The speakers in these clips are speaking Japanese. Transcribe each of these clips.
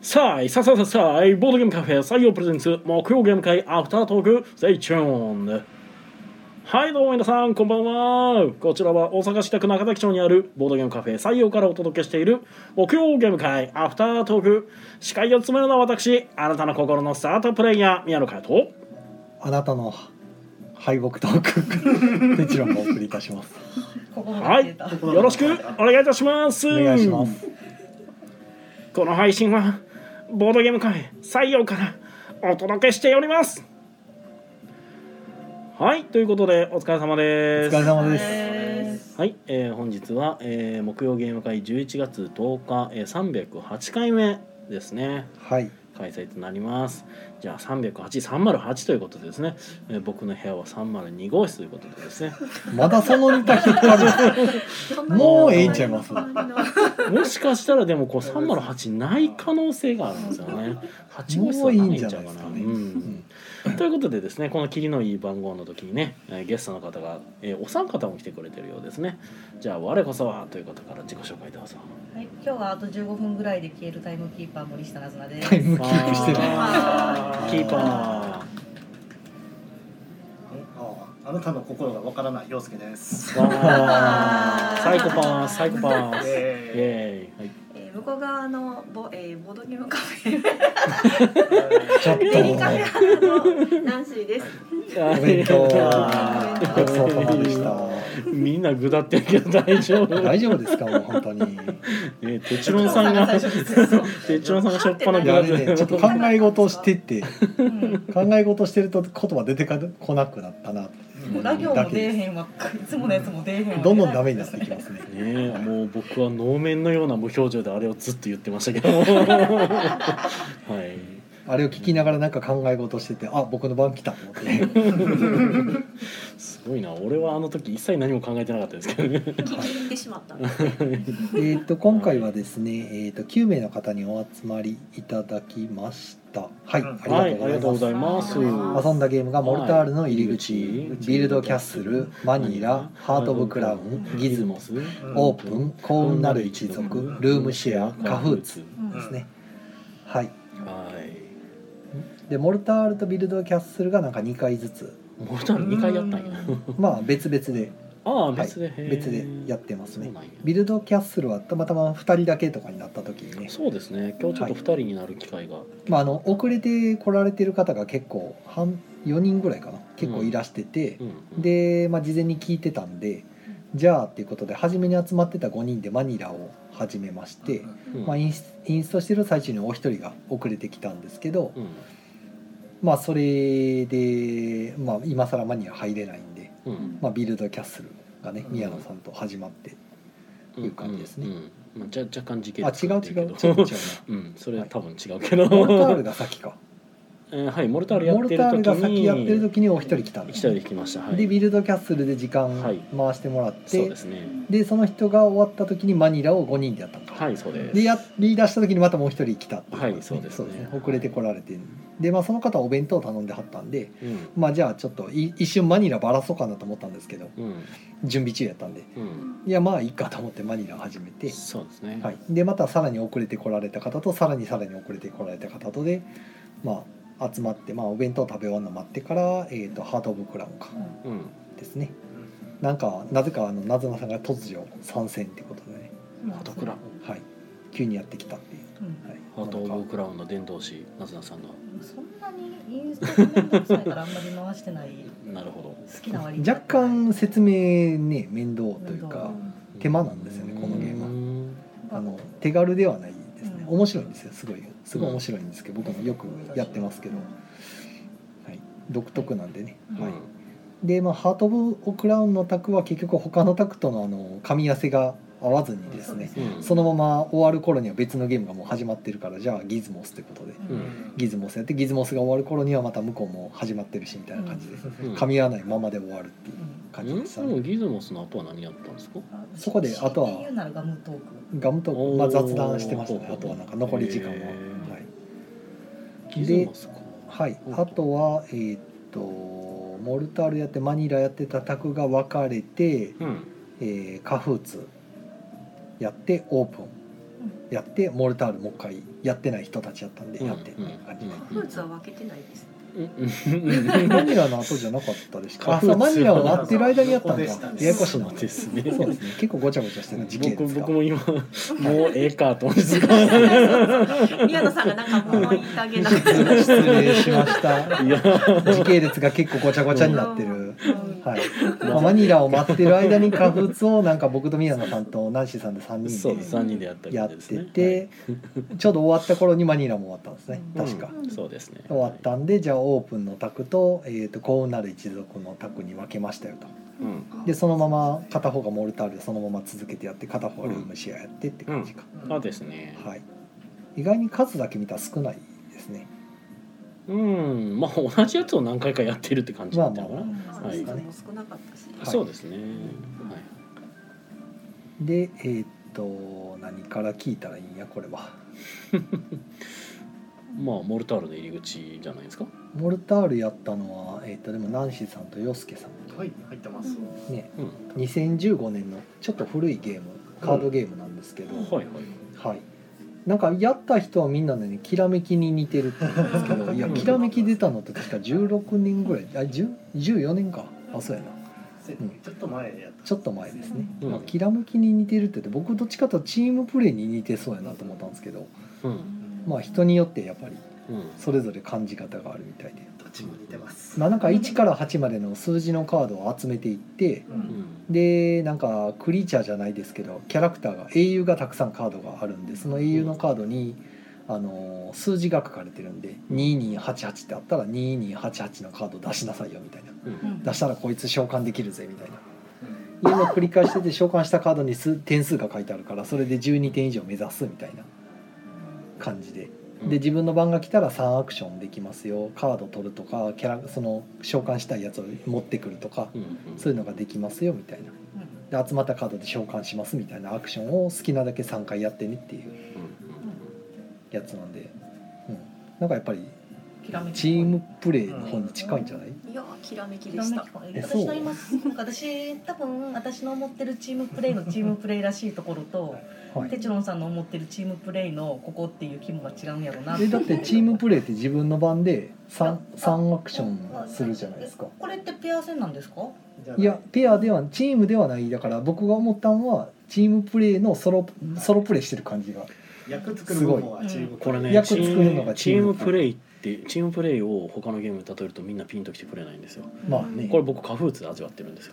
さあ、さあさあさあさあ、ボードゲームカフェ採用プレゼンツ、木曜ゲーム会アフタートーク、Stay tuned! はい、どうも皆さん、こんばんは。こちらは大阪市北区中崎町にあるボードゲームカフェ採用からお届けしている木曜ゲーム会アフタートーク。司会を務めるのは私、あなたの心のスタートプレイヤー、宮野佳代と。あなたの敗北トークテチロンがお送りいたしますここまはでい出た、よろしくお願いいたします。お願いしますこの配信はボードゲームカフェ採用からお届けしておりますはいということでお疲れ様おで疲れす様でですすはい、えー本日は、えー木曜ゲーム会11月10日、えー308回目ですねはい開催となりますじゃあ308308ということでですね、えー僕の部屋は302号室ということで ですねまだそのネタ引っ張るもうええんちゃいますそんなにもしかしたらでもこう308ない可能性があるんですよね。8号室もうはいいないんいじんゃちなゃいかうですな。かうねん、 ということでですねこの霧のいい番号の時にねえーゲストの方が、えーお三方も来てくれてるようですね。じゃあ我こそはということから自己紹介どうぞ。はい、今日はあと15分ぐらいで消えるタイムキーパー森下なずなです。タイムキープしてるあーキーパあああなたの心がわからない陽介ですー。。わーーサイコパスサイコパス。イえエーイ。はいえー向こう側のボ,、えーボードゲームカフェちょっとレディカフェハートのナンシーです。お勉 強あごちそうさまでしたみんなぐだってるけど大丈夫。大丈夫ですかもう本当にえー、てちろんさんが、最初にそうそうてちろんさんがしょっぱなぐいやだあってれねちょっと考え事をしてってうん考え事してると言葉出てこなくなったなもうラ行だもけ出えでへんわ。いつものやつも出えへんわ。すどんどんダメになってきますねねえもう僕は能面のような無表情であれをずっと言ってましたけ どはいあれを聞きながらなんか考え事しててあ僕の番来たと思ってすごいな俺はあの時一切何も考えてなかったですけどね気に入ってしまった。 えー、と今回はですね、えー、と9名の方にお集まりいただきましたはい、うんはあいりありがとうがとうごござざいいまますす、ま遊んだゲームがモルタールの入り口、はいビルドキャッスルマニラハート・オブ・クラウンギズモスオープン幸運なる一族ルームシェアカフーツうん。ですねはいはいでモルタールとビルドキャッスルがなんか2回ずつモルタル2回やったんやまあ別々でああ別で、へえ別でやってますねそうなんやビルドキャッスルはたまたま2人だけとかになった時にねそうですね今日ちょっと2人になる機会が、まあ、あの遅れて来られてる方が結構半4人ぐらいかな結構いらしててう、んうん、で、まあ、事前に聞いてたんでじゃあっていうことで初めに集まってた5人でマニラを始めまして、うん、まあ、インスインストしてる最中にお一人が遅れてきたんですけど、うんまあ、それで、まあ、今更マニラ入れないんで、うんまあ、ビルドキャッスルがねうん宮野さんと始まって、いう感じですねうんうんまあ、じゃ若干時系あ違う違う違う違ううんそれ多分違う けどなモルタールが先かえーはい、モルタールやモってルるタール時が先やってるに時にお一人来たんで一人で弾きました、はい、でビルドキャッスルで時間はい回してもらって、そうですねでその人が終わった時にマニラを5人でやったのか、はいそうですでやり出した時にまたもう一人来たっていはいそうですね遅れて来られてで、まあ、その方はお弁当を頼んではったんで、うんまあ、じゃあちょっとい一瞬マニラばらそうかなと思ったんですけどうん準備中やったんでうんいやまあいいかと思ってマニラを始めて、そうですね、はい、でまたさらに遅れて来られた方とさらにさらに遅れて来られた方とで、まあ、集まって、まあ、お弁当食べ終わるの待ってから、えー、とハート・オブ・クラウンかうん、ですねなんかなぜかあのなずなさんが突如参戦ってことでねハートクラウンはい、急にやってきたっていう。うんはい、ハート・オブ・なんかクラウンの伝道師なずなさんがそんなにインストがめんどくさいからあんまり回してない。なるほど好きな割に。若干説明ね面倒という面か倒手間なんですよねこのゲームはムあの手軽ではないですねうん面白いんですよすごいすごい面白いんですけど僕もよくやってますけど、はい、独特なんでね、うんはい、でまあ「ハート・オブ・オクラウン」の卓は結局他の卓とのあの噛み合わせが合わずにですねうんそのまま終わる頃には別のゲームがもう始まってるからじゃあギズモスということでううんんギズモスやってギズモスが終わる頃にはまた向こうも始まってるしみたいな感じでうん噛み合わないままで終わるっていう感じでしたうんでねもギズモスの後は何やったんですかうんそこであとは強いて言うならガムトーク。ガムと、おーまあ、雑談してましたほうねあほうとはなんか残り時間は、へーはいギズモスかはいほう、ほうあとはえーっとモルタルやってマニラやってた卓が分かれて、うんえーカフーツやってオープンやってモルタールもう一回やってない人たちやったんでやってってうんうん感じでフルーツは分けてないです。マニラの後じゃなかったでしたあかそうマニラをそう待ってる間にやったんかそうでしたね ややこしいなそうですねそうですね結構ごちゃごちゃしてる時期で僕すか僕も今もうええかと思ってた宮野さんがなんかもういい加減な感じ。失礼しましたいや 時系列が結構ごちゃごちゃになってる、うん はいまあ、マニラを待ってる間にカフツをなんか僕と宮野さんとナンシーさんで3そうです人3人でやったでみやたっいですてねて、ちょうど終わった頃にマニラも終わったんです ねはい確か、うんそうですね終わったんでじゃあオープンの卓と,、えー、と幸運なる一族の卓に分けましたよとうんでそのまま片方がモルタールでそのまま続けてやって片方がルームシェアやってって感じか、そうですねはい、意外に数だけ見たら少ないですねうんまあ同じやつを何回かやってるって感じだったのかまあなあはい人数も少なかったし。まあそうですねはいでえーっと何から聞いたらいいんやこれはまあモルタールの入り口じゃないですかモルタールやったのはえーっとでもナンシーさんとヨスケさんはい、入ってます。ねうん2015年のちょっと古いゲームカードゲームなんですけど、はいはいはいなんかやった人はみんなねきらめきに似てるって言うんですけどいやきらめき出たのって確か16年ぐらいあ10 14年かあそうやなうんちょっと前やった。ちょっと前ですね、うんまあ、きらめきに似てるって言って僕どっちかというとチームプレーに似てそうやなと思ったんですけどうんまあ人によってやっぱりうんそれぞれ感じ方があるみたいで、どっちも似てます。まあ、なんか1から8までの数字のカードを集めていってううんんでなんかクリーチャーじゃないですけどキャラクターが英雄がたくさんカードがあるんでその英雄のカードに、あのー数字が書かれてるんで2288ってあったら2288のカード出しなさいよみたいなうんうん出したらこいつ召喚できるぜみたいないうのを繰り返してて召喚したカードに数点数が書いてあるからそれで12点以上目指すみたいな感じでうんで自分の番が来たら3アクションできますよカード取るとかキャラその召喚したいやつを持ってくるとかうんうんそういうのができますよみたいなで集まったカードで召喚しますみたいなアクションを好きなだけ3回やってねっていうやつなんで、うん、なんかやっぱりきらめきチームプレーの方に近いんじゃないいやーきらめききでらめしきた。え私の今なんか私多分私の思ってるチームプレイのチームプレイらしいところとはいテチロンさんの思ってるチームプレイのここっていう規模が違うんやろうなえだってチームプレーって自分の番で 3, 3アクションするじゃないですかこれってペア戦なんですかいやペアではチームではないだから僕が思ったのはチームプレーのソロソロプレーしてる感じが役作る方はチームこれね役チ作ーるのムがチチーームムプレイってチームプレイを他のゲームに例えるとみんなピンときてくれないんですよまあねこれ僕カフーツで味わってるんですよ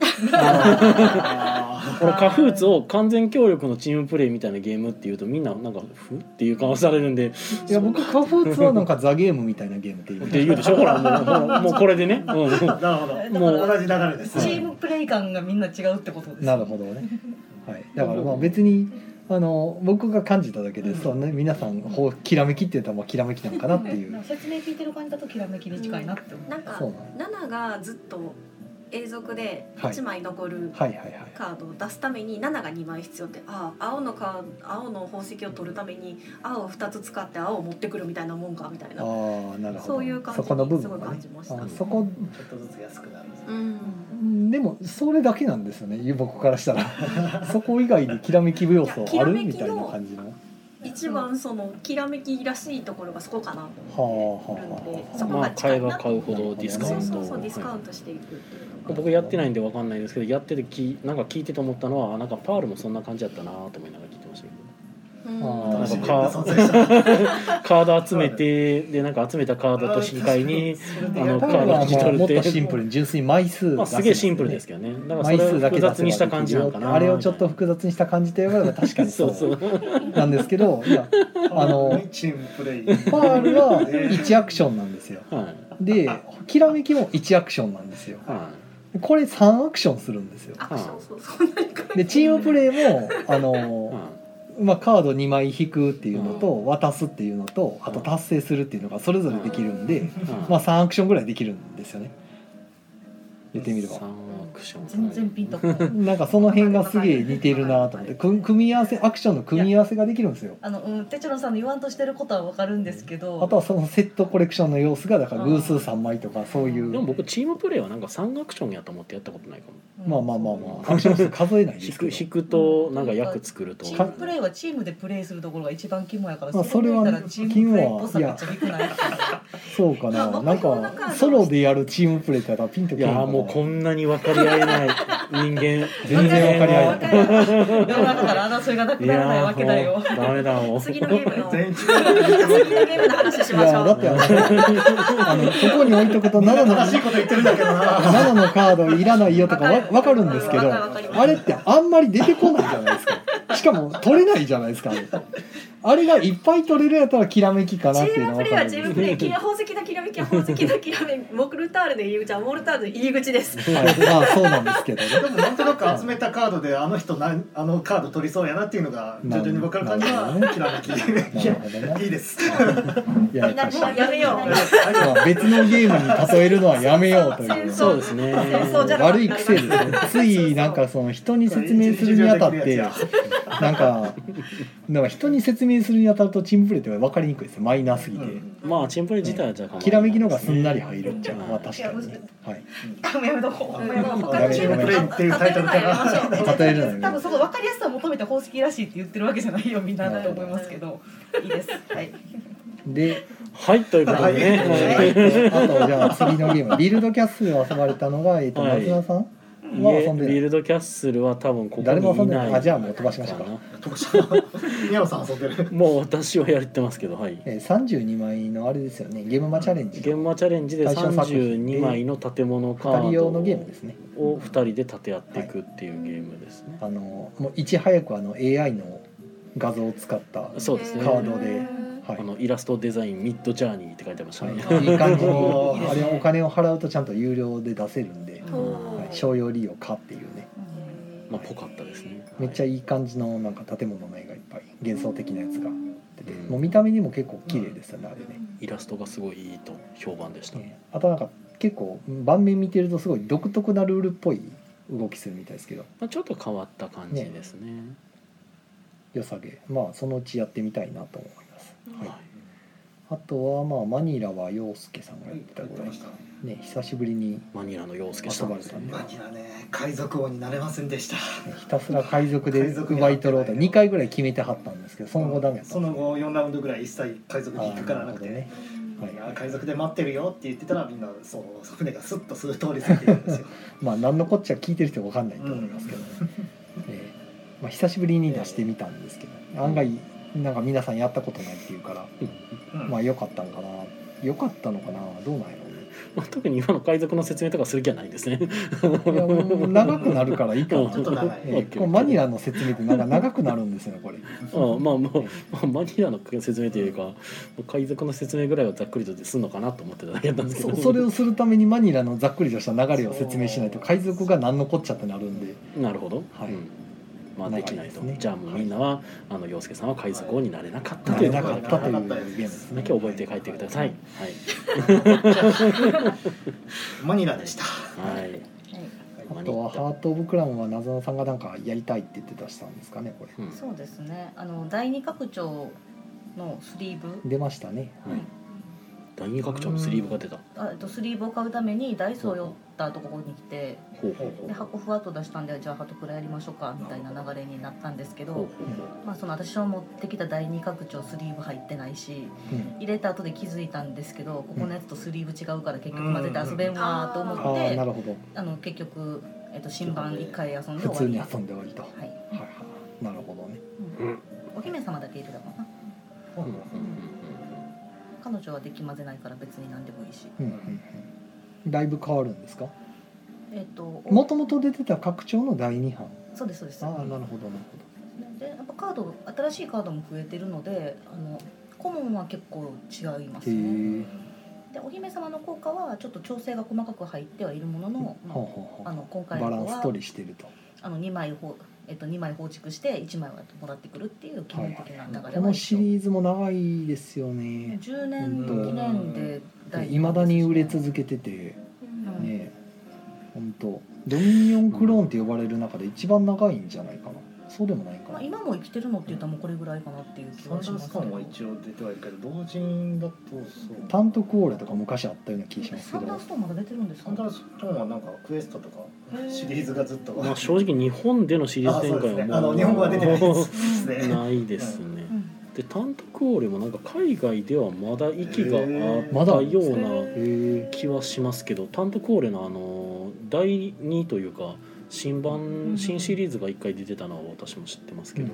あこのカフーツを完全協力のチームプレイみたいなゲームっていうとみんななんかふっていう顔されるんでいや僕カフーツはなんかザ・ゲームみたいなゲームって言うって言うでしょほらもうほらもうこれでね、うんうんーなるほど。だもうから同じ流れです。チームプレイ感がみんな違うってことですなるほどね、はい、だからまあ別にあの僕が感じただけで、そうね、皆さんほうきらめきって言ったらまあきらめきなんかなっていうなんか説明聞いてる感じだときらめきに近いなって思うなんかそうなのナナがずっと永続ではい8枚残るはいはいはいカードを出すために7が2枚必要ってああ青のカー青の宝石を取るために青を2つ使って青を持ってくるみたいなもんかみたいなああなるほどそういう感じそこの部分すごいがね感じましたあそこちょっとずつ安くなる。うんでもそれだけなんですよね僕からしたら そこ以外にきらめき要素あるいやきらめきのみたいな感じのは一番そのきらめきらしいところがそこかなあはあそこまがあ近買えいなば買うほどディスとカそウンうトそうをそうディスカウはントしていくっていうのいが僕やってないんでわかんないですけどやっててきなんか聞いてて思ったのはあなんかパールもそんな感じだったなと思いながら聞いてましたけどうんあ楽ーしみな存在した。カード集めてでなんか集めたカードと引き換え にああののカカーードドをは引き取もるうってもっとシンプ ルに純粋に枚数まあ、すげえシンプルですけどねだからそ枚れを数だけ複出せば雑にした感じなのかなあれをちょっと複雑にした感じといえば確かにそそうそううなんですけどいやあのチームプレイ。パールは1アクションなんですよはいできらめきも1アクションなんですよはこれ3アクションするんですよアクションそうそう何かでチームプレーもあい、のはまあ、カード2枚引くっていうのと渡すっていうのとあと達成するっていうのがそれぞれできるんで、いはいまあ、3アクションぐらいできるんですよね言ってみれば三アクション全然ピンとこないなんかその辺がすげえ似てるなと思ってく組み合わせアクションの組み合わせができるんですよあの、うん、テチロンさんの言わんとしてることはわかるんですけどあとはそのセットコレクションの様子がだから偶数3枚とかそういでもう僕チームプレーはなんか3アクションやと思ってやったことないかもうんまあまあまあまあアクション数数えないで引すけくど引くとなんか役作るとチームプレーはチームでプレーするところが一番肝やから、まあそれを見たらチそれはねームプレーっぽさめっちゃ低くないそうかなまあなん目標のカーかドソロでやるチームプレーってやったらピンといけえへんやかーなもうこんなに分かり合えない人 間全然分かり合えない世の中から争いがなくいならないやわけだーもようダメだもん次のゲーム の全員違う次のゲームの話しいましやだょってあのあのここに置いとくとみんな7の正しいこと言ってるんだけどな7のカードいらないよとかわ分かるんですけわどかるわかりますあれってあんまり出てこないじゃないですかしかも取れないじゃないですかあれあれがいっぱい取れるやったらきらめきかう。チなっていうーのムは分プレーかるんではチームプレーキーは宝石だきらめきは宝石だきらめモクルタールで言うじゃんモルタールの入り口 です。すはいまあそうなんですけどでねもなんとなく集めたカードであの人なんあのカード取りそうやなっていうのが徐々に分かる感じなるはきらめきないるやほどねいいですいやな確もかうにやめよう。まあ別のゲームに例えるのはやめようというそうですねそうじゃな悪い癖ですねついなんかその人に説明するにあたってなんかなんか人に説明するにあたるとチームプレーって分かりにくいですよマイナーすぎて、うんまあチームプレー自体はじゃあきらめきのがすんなり入るっちゃうのはうん確かにね、はい、やめとこうやめとこう他のチームと例えるのはやめましょう。与えるの多よ分その分かりやすさを求めて方式らしいって言ってるわけじゃないよみんなだと思いますけどいいですはいではいということでね、はえーとあとじゃあ次のゲームビルドキャッスルを遊ばれたのが、えー、とはい松田さんいは遊んえビでルドキャッスルは多分ここ誰も遊にいんでなないいあじゃあもう飛ばしましょうか、徳島宮尾さん遊んでるもう私はやってますけどはいえー、32枚のあれですよねゲームマチャレンジ現場チャレンジで対象作品32枚の建物カ2人ード用のをゲームですね2人で立て合っていくっていうゲームですね、あのもういち早くあの AI の画像を使った、はい、そうですねカードであのイラストデザインミッドジャーニーって書いてましたね、はい、いい感じにおーあれお金を払うとちゃんと有料で出せるんで、おーはい、商用利用かっていうねまあぽかったですねめっちゃいいいい感じのなんか建物の絵がいっぱい幻想的なやつが出てうんもう見た目にも結構綺麗ですよねあれねイラストがすごいいいと評判でした、ねあとなんか結構盤面見てるとすごい独特なルールっぽい動きするみたいですけどまあ、ちょっと変わった感じですね良さげまあそのうちやってみたいなと思います、はいはい、あとはまあマニラは陽介さんがやってたぐらいね久しぶりにマニラの洋介さ遊んばでれすたねんでマニラね海賊王になれませんでしたひたすら海賊で海賊に奪い取ろうと2回ぐらい決めてはったんですけどその後ダメだったその後4ラウンドぐらい一切海賊に引っかからなくてあーなるほどねいはやい海賊で待ってるよって言ってたらみんなそう船がスッとすぐ通り過ぎてるんです よまあ何のこっちゃ聞いてる人わかんないと思いますけ ど、ねえーまあ、久しぶりに出してみたんですけど案外なんか皆さんやったことないっていうから、うんまあ良かったんかな良かったのかなどうなんやろうねまあ、特に今の海賊の説明とかする気はないですねいやもう長くなるからいいかなうん ちょっと長いえーこのマニラの説明ってなんか長くなるんですよねこれ、 ああまあまあ、まあ、マニラの説明というかまあ海賊の説明ぐらいはざっくりとすんのかなと思ってただけだったんですけそどそれをするためにマニラのざっくりとした流れを説明しないと海賊が何のこっちゃってなるん でなるほど、はいうんまあ、長でいきないとですねじゃあもうみんなは、あの洋介さんは海賊王になれなかったなといれうなところかったというだゲームですねけ覚えて帰ってくださいマニラでしたはい、はいあとは「ハート・オブ・クラウン」は謎のさんがなんかやりたいって言って出したんですかねこれうんそうですねあの第二拡張のスリーブ出ましたねはい第二拡張のスリーブが出たあえっとスリーブを買うためにダイソー寄ったところに来てほうほうほでう箱ふわっと出したんでじゃあハトプラやりましょうかみたいな流れになったんですけほうほど、うほうまあ、その私の持ってきた第二拡張スリーブ入ってないしうん入れた後で気づいたんですけどここのやつとスリーブ違うから結局混ぜて遊べんわーとあ思っあてなるほどあの結局、えっと、新版一回遊んで普通終にわ遊んでおりとはいりはい、はいなるほどねお姫様だけ入れたかなうんうんうん彼女はでき混ぜないから別に何でもいいしうんうんうんだいぶ変わるんですかえっ、とおもともと出てた拡張の第2版そうですそうですああなるほどなるでやっぱカード新しいカードも増えてるのであの顧問は結構違いほまどすへねえでお姫様の効果はちょっと調整が細かく入ってはいるものの、まあほうほうあほの今う回バラのン子スは取りしてるとあの2枚ほ、えっと、2枚放逐して1枚はもらってくるっていう基本的な流れはこのシーリーズも長いですよね10年記念でいまだに売れ続けててうんね本当ドミニオンクローンって呼ばれる中で一番長いんじゃないかなそうでもないかまなあ、今も生きてるのって言ったらもうこれぐらいかなっていう気サンはダしまーすスけカどンは一応出てはいるけど同人だとそうタントクオーレとか昔あったような気がしますサけンダーどストーンまだ出てるんですサかンダーストーンはなんかクエストとかへーシリーズがずっとまあ、正直日本でのシリーズ展開はあもそううですねあの日本語は出てないですもですうねないですねう。んでタントクオーレもなんか海外ではまだ息があへーったよまだあるんうでなすへえ気はしますけどタントクオーレのあの第2というか新版新シリーズが1回出てたのは私も知ってますけど、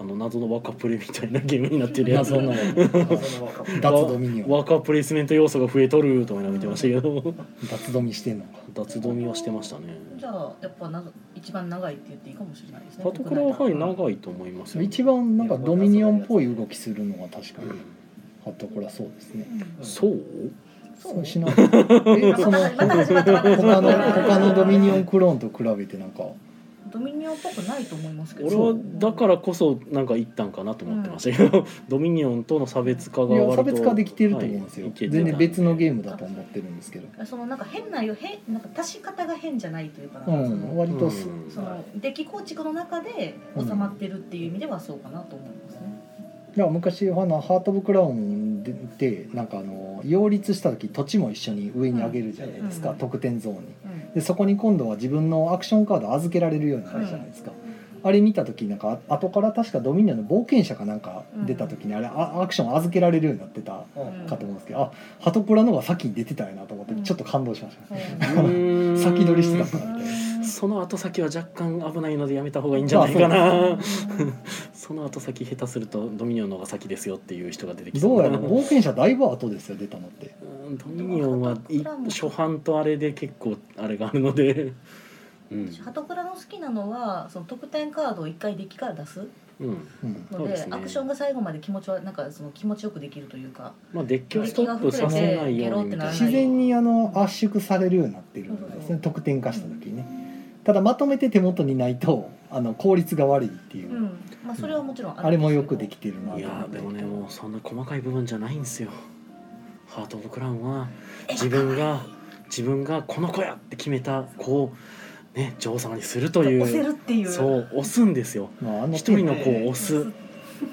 あの謎の若プレみたいなゲームになってるやつ謎のその若脱ドミニオン若プレイスメント要素が増えとると思いながら見てましたけど脱ドミしてんのか脱ドミはしてましたねじゃあやっぱな一番長いって言っていいかもしれないですねパトクラははい国内だと長いと思いますよ一番なんかドミニオンっぽい動きするのは確かにハットコラそうですねうんそうそうしなえそのまた始まったまた始ま他っのた他のドミニオンクローンと比べてなんかドミニオンっぽくないと思いますけど俺はだからこそなんか一旦かなと思ってましたけど、ドミニオンとの差別化がい割とや差別化できてると思うんですよ、全然別のゲームムだと思ってるんですけど、そのなんか変なよ変なんか足し方が変じゃないというかな、うそん、の割とす、その出来構築の中で収まってるっていう意味ではそうかなと思いますね。いや昔あのハート・オブ・クラウンででなんかあの擁立した時土地も一緒に上に上げるじゃないですか、うん得点ゾーンにうんでそこに今度は自分のアクションカード預けられるようになるじゃないですか、あれ見た時なんかあ後から確かドミニオンの冒険者かなんか出た時にあれ、あアクション預けられるようになってたうんかと思うんですけど、あハトプラの方が先に出てたよなと思ってうんちょっと感動しました、そう先取りしてたからみたいなその後先は若干危ないのでやめた方がいいんじゃないかな その後先下手するとドミニオンの方が先ですよっていう人が出てきどうやなら冒険者だいぶ後ですよ出たのってうんドミニオンはい初版とあれで結構あれがあるのでうんハトクラの好きなのはその得点カードを一回デッキから出すうんうんそのうでですねアクションが最後まで気持ちはなんかその気持ちよくできるというかまあデッキをストップさせないようにみたいな自然にあの圧縮されるようになってるんですね得点化した時にねただまとめて手元にないとあの効率が悪いっていうう、んまあそれはもちろんあれもよくできてるなといやーでもねもうそんな細かい部分じゃないんですよハート・オブ・クラウンは自分が自分がこの子やって決めた子をね女王様にするととい押せうるっていうそう押すんですよまあ、あの一人の子を押す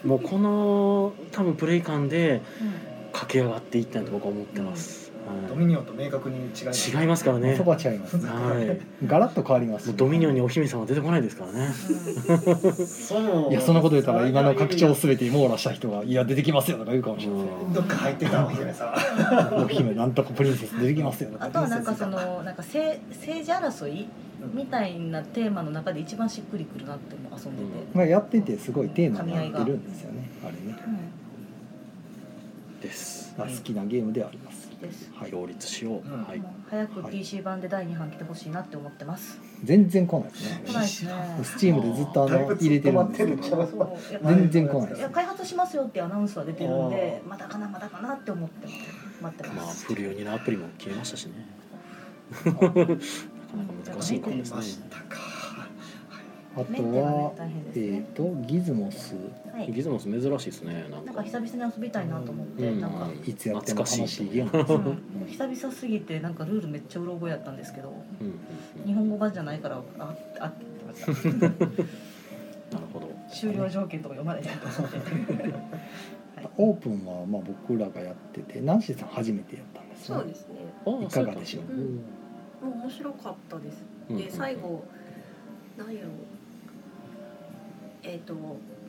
もうこの多分プレイ感でうん駆け上がっていったんだと僕は思ってます、ドはミニオンと明確に違いますい、違いますからねそばちゃいますねはいガラッと変わりますもうドミニオンにお姫様出てこないですからねそういいやそんなこと言ったら今の拡張すべて網羅した人が「いや出てきますよ」とか言うかもしれませんどっか入ってたお姫様お姫なんとかプリンセス出てきますよとかあと はなんかそのなんか政政治争いみたいなテーマの中で一番しっくりくるなっても遊んでて、まあ、やっててすごいテーマになってるんですよねあれねですまあ好きなゲームではあります好きです。はい両立しよう、うんはいもう早く PC 版で第二版来てほしいなって思ってます。全然来ないですね来ないですね。スチームでずっとあだいのぶ入れてるんですけ止まどってるい全然来ないでやす開発しますよってアナウンスは出てるんでまだかなまだかなって思って待ってままあす。フルユニのアプリも消えましたしねなかなか難しいかもですましねたかあとメンテがねは大変ですえね。っとギズモスはい。ギズモス珍しいですねなんなかんか久々に遊びたいなと思って、うんなんか、いつやっても楽しいゲームう懐かしいん、久々すぎてなんかルールめっちゃうろ覚えやったんですけどうんうんうん日本語版じゃないからああ ってましたなるほど終了条件とか読まれてると思って、 オープンはまあ僕らがやっててナンシーさん初めてやったんですそうねですねああいかがでしょうそやもう面白かったですうんうんうでん最後何やろうえっ、と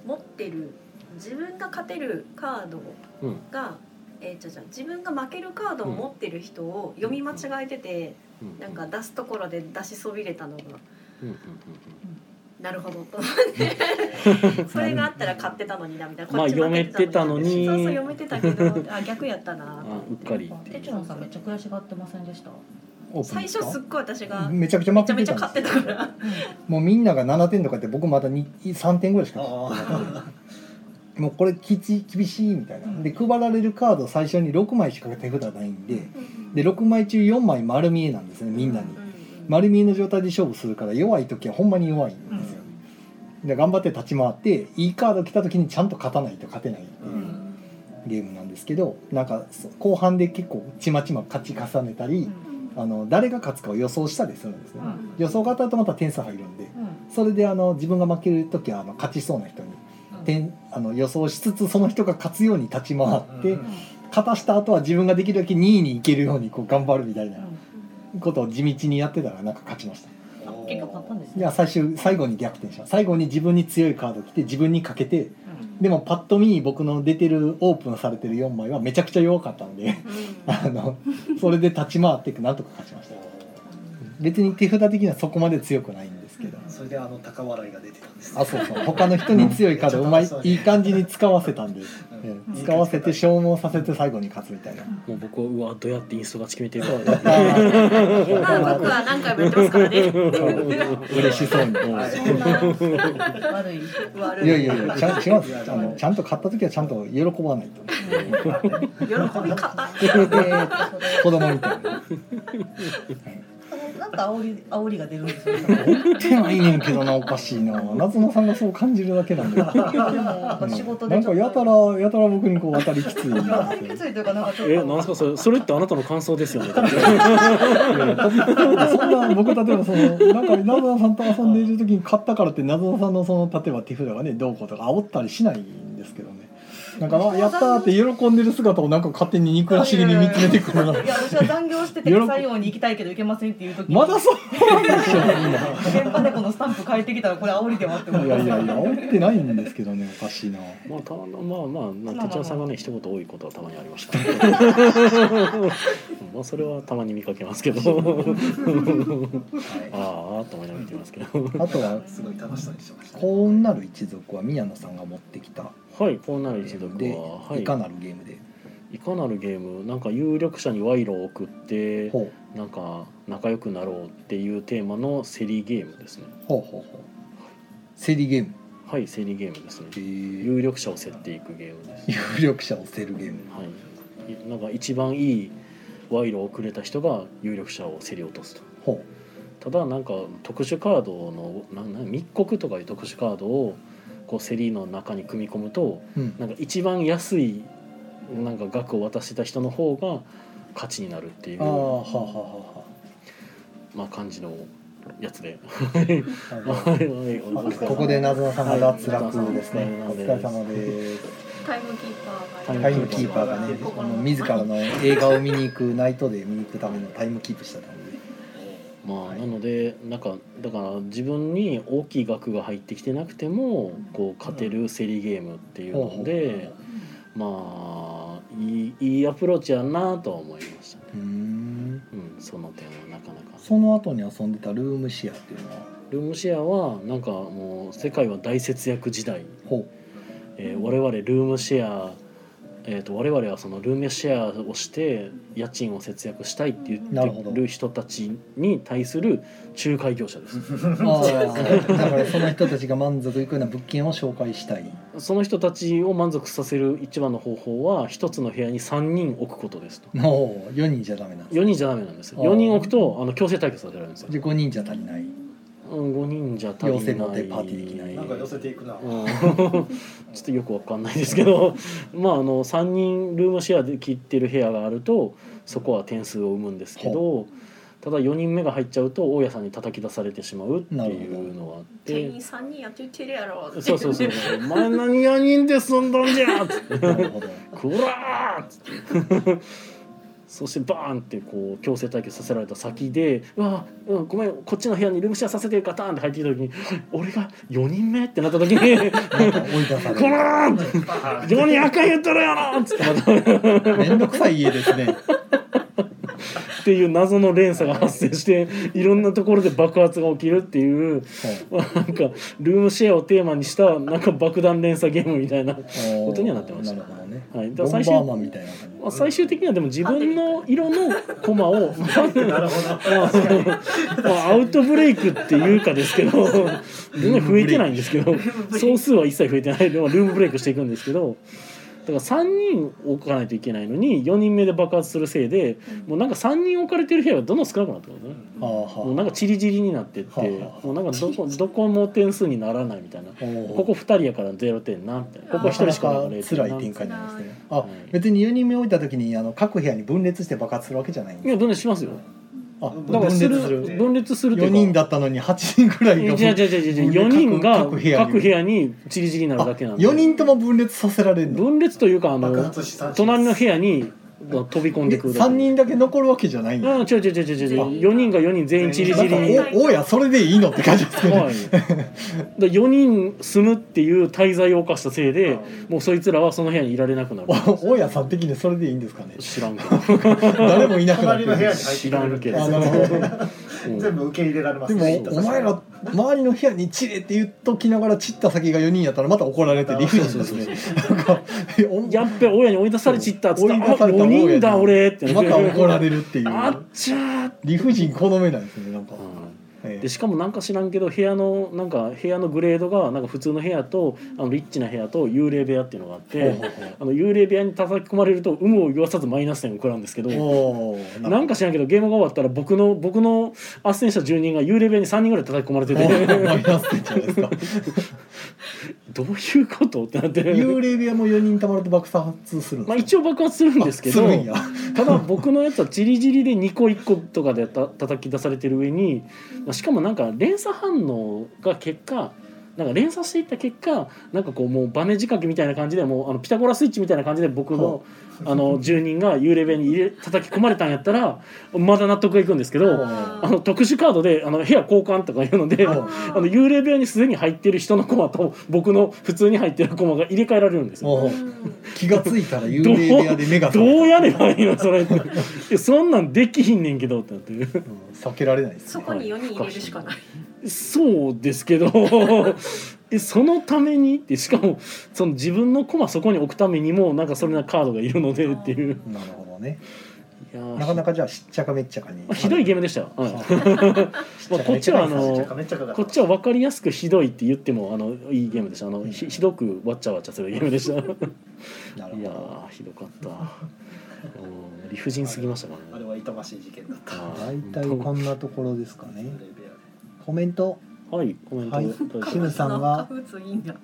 持ってる自分が勝てるカードうんが、えー、じゃじゃ自分が負けるカードを持ってる人を読み間違えてて、ううなんか出すところで出しそびれたのがうんうんうんなるほどと思ってそれがあったら買ってたのになみたいなまあこっち負け読めてたのにそうそう読めてたけどあ逆やったなあうっかりテチロンさんめっちゃ悔しがってませんでした、オープン最ですか初すっごい私がめめちゃくちゃ負ちゃけめてちゃた買んっでてすたよからもうみんなが7点とかって僕まだに3点ぐらいしかあもうこれきち厳しいみたいなで配られるカード最初に6枚しか手札ないんでで6枚中4枚丸見えなんですねみんなにうんうん丸見えの状態で勝負するから弱い時はほんまに弱いんですよ、で頑張って立ち回っていいカード来た時にちゃんと勝たないと勝てないっていううゲームなんですけどなんかそ後半で結構ちまちま勝ち重ねたり、うんあの誰が勝つかを予想したりするんですね、うん予想が当たるとまた点数入るんでうんそれであの自分が負ける時はあの勝ちそうな人にうん点あの予想しつつその人が勝つように立ち回って、うんうん勝たした後は自分ができるだけ2位に行けるようにこう頑張るみたいなことを地道にやってたらなんか勝ちましたうん結局勝ったんですじゃあね最終最後に逆転した最後に自分に強いカード来て自分にかけてでもパッと見僕の出てるオープンされてる4枚はめちゃくちゃ弱かったので あのそれで立ち回っていくなんとか勝ちました別に手札的にはそこまで強くないんですけどそれであの高笑いが出てたんですあそう そう他の人に強いカードうまいいい感じに使わせたんで、うんええ使わせて消耗させて最後に勝つみたいなもう僕はうわどうやってインストがち決めてるそうかやったーまあ僕は何回もやってますからね 嬉しそうに。はいそんな悪い悪いやいやいや、ちゃん違うんですいやあのちゃんと買った時はちゃんと喜ばないと。喜び方子供みたいな。なんか煽り煽りが出るんですよ。 持ってないねんけどな、おかしいな。夏野さんがそう感じるだけなんだよ。なんか 仕事でなんかやた ら、やたら僕にこう当たりきついなって。いきついというかなんかちょっと えなんすかそれそれってあなたの感想ですよねやいやそんな、僕例えばその、なんか謎野さんと遊んでいる時に買ったからって、謎野さんのその、例えば手札がね、どうこうとか煽ったりしないんですけどね。なんか、あやったーって喜んでる姿をなんか勝手に憎らしげに見つめてくるな。いや私は残業してて採用に行きたいけど行けませんっていう時にまだそうなんでしょ、みんな。現場でこのスタンプ変えてきたらこれ煽りではって思いいやまいすやいや、煽ってないんですけどね、おかしいな。まあたままあまあまあてっちゃんさんがね一言多いことはたまにありましたまあそれはたまに見かけますけどあーあーと思いながら見てますけどあとは、すごい楽しそうにしてました幸運なる一族は宮野さんが持ってきたはいこうなるゲ一ー族ムで、、は、はいい、かなるゲームで。いかなるゲームなんか有力者に賄賂を送ってほなんか仲良くなろうっていうテーマの競りゲームですねうほうほうほう。競りゲーム。はい競りゲームですねえー有力者を競っていくゲームです有力者を競るゲーム。はいいなんか一番いい賄賂をくれた人が有力者を競り落とすとほただなんか特殊カードのなんなん密告とかいう特殊カードをこう競りの中に組み込むとう。うん。なんか一番安いなんか額を渡してた人の方が勝ちになるっていうああ、はあはあはまあ、感じのやつで あはあ。はいここで謎のさんが脱落ですね。はいお疲れ様です。タイムキーパーがタイムキーパーがね、あの自らの映画を見に行くナイトで見に行くためのタイムキープしてたので。まあなのでなんかだから自分に大きい額が入ってきてなくてもこう勝てる競りゲームっていうのでまあいいいいアプローチやなとは思いましたね、うーん。うん、その点はなかなかその後に遊んでたルームシェアっていうのは。ルームシェアはなんかもう世界は大節約時代ほえー我々ルームシェア、えー、と我々はそのルームシェアをして家賃を節約したいって言なるほっどてる人たちに対する仲介業者ですう。ああ、だからその人たちが満足いくような物件を紹介したい。その人たちを満足させる一番の方法は一つの部屋に3人置くことですとおお、四人じゃダメなんです4人じゃダメなんですよあー4人置くとあの強制退去させられるんですよじゃあ五人じゃ足りない。 5人じゃ足りない寄せ持てパーティーできないなんか寄せていくなうん ちょっとよくわかんないですけど まああの3人ルームシェアで切ってる部屋があるとそこは点数を生むんですけどただ4人目が入っちゃうと大家さんに叩き出されてしまうっていうのがあっ店員て。さんにやって言ってるやろってそうそうそう 「お前何4人で住んどんじゃ!」っつってなるほど。 「こら!」っつってそしてバーンってこう強制退去させられた先で「うわ、うん、ごめんこっちの部屋にルームシェアさせてよガタン!」って入ってきた時に「俺が4人目?」ってなった時になんか追い出さこれらーバーンどこに赤言っとるやろっつってまたっる。めんどくさい家ですね。ていう謎の連鎖が発生していろんなところで爆発が起きるっていうほなんかルームシェアをテーマにしたなんか爆弾連鎖ゲームみたいな、うことにはなってましたなるほどね。はい、だボかンバら最ーマ終ンみたいな感まあ最終的にはでも自分の色のコマを、まなるほどあ まあアウトブレイクっていうかですけど全然増えてないんですけど総数は一切増えてないでもルームブレイクしていくんですけどだから3人置かないといけないのに4人目で爆発するせいでもうなんか3人置かれてる部屋がどんどん少なくなってくるんですねじ。ああ、はあ。もうなんかチリチリになってってはあはあもうなんかどこどこも点数にならないみたいなおーここ2人やから0点なみたいなここ1人しかななかんかな0か辛い点展な開なんですね。はあい、別に4人目置いた時にあの各部屋に分裂して爆発するわけじゃないんいでやどんどんしますよあだからする分裂する分裂するという4か人だったのに8人ぐらい違がう違う違う違う4人が各各部部屋に屋にチリチリになるだけなんで4人とも分裂させられるの分裂というかあ爆の発し散隣の部屋に飛び込んでくるだけ3人だけ残るわけじゃないんだうん違う違う違う違う違う4人が4人全員チリチリに全員おおやそれでいいのって感じですけど、はい、だ4人住むっていう滞在を犯したせいで、もうそいつらはその部屋にいられなくなるお大家さん的にそれでいいんですかね知らんけ ど誰もいなくなって隣るの部屋に入って知くられんるけあなど、るほどうん全部受け入れられますでねもお前ら周りの部屋に散れって言っときながら散った先が4人やったらまた怒られて理不尽ですねなんかえおやっべ親に追い出されちったっつったら「追い出さあれた4人だ大俺」ってまた怒られるっていうあっちゃー、理不尽好めないですねなんか、ええでしかもなんか知らんけど部屋のなんか部屋のグレードがなんか普通の部屋とあのリッチな部屋と幽霊部屋っていうのがあってほうほうほうあの幽霊部屋に叩き込まれると有無を言わさずマイナス点を食らうんですけどおーなんか知らんけどゲームが終わったら僕の僕の斡旋した住人が幽霊部屋に3人ぐらい叩き込まれててマイナス点じゃないですか どういうことってなって。幽霊部屋も4人たまると爆発するんですまあ、一応爆発するんですけあどするんやただ僕のやつはチリチリで2個1個とかでた叩き出されてる上にしかもなんか連鎖反応が結果なんか連鎖していった結果なんかこうもうバネ仕掛けみたいな感じでもうあのピタゴラスイッチみたいな感じで僕のあの住人が幽霊部屋に入れ叩き込まれたんやったらまだ納得がいくんですけどああの特殊カードであの部屋交換とかいうので。ああの幽霊部屋にすでに入ってる人のコマと僕の普通に入ってるコマが入れ替えられるんですよ。おうーん気がついたら幽霊部屋で目が覚どめたうやればいいのそれっていやそんなんできひんねんけどってなってうん避けられないですそねこに4人入れるしかない。そうですけど えそのためにってしかもその自分の駒そこに置くためにもなんかそれなカードがいるのでっていうなるほどねいやなかなーかじゃあしっちゃかめっちゃかにひどいゲームでしたよ、はいまあ、こっちはあのこっちは分かりやすくひどいって言ってもあのいいゲームでしたあのひひどくわっちゃわっちゃするゲームで したいなるほやどーひどかったうん理不尽すぎましたからあれねは痛ましい事件だった大体こんなところですかね幽霊部屋コメントはいコメントはいどうでしょうシムさんが植物いいんだ。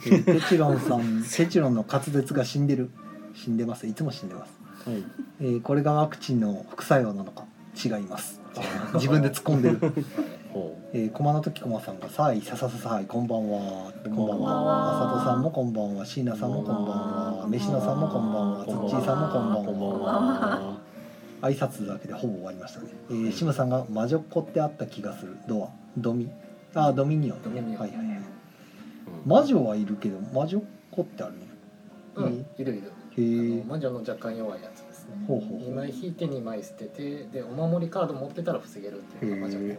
セチロン さんセチロンの滑舌が死んでる死んでますいつも死んでます、はいえーこれがワクチンの副作用なのか違います自分で突っ込んでる、ほえー、駒の時駒さんが「さあいささささはいこんばんは」こんばんこんばんははあさとさんもこんばんは椎名さんもこんばんは飯野さんもこんばんはつこんばんはっちーさんもこんばんうはこんばんは挨拶だけでほぼ終わりましたね、えー、シムさんが「魔女っ子ってあった気がする」「ドア」「ドミ」あードミニオンねドミニオンはいはいはいうん魔女はいるけど魔女っ子ってあるねうん、いるいる。へあえの魔女の若干弱いやつですね。ほうほうほ2う枚引いて2枚捨ててでお守りカード持ってたら防げるっていうか魔女のへ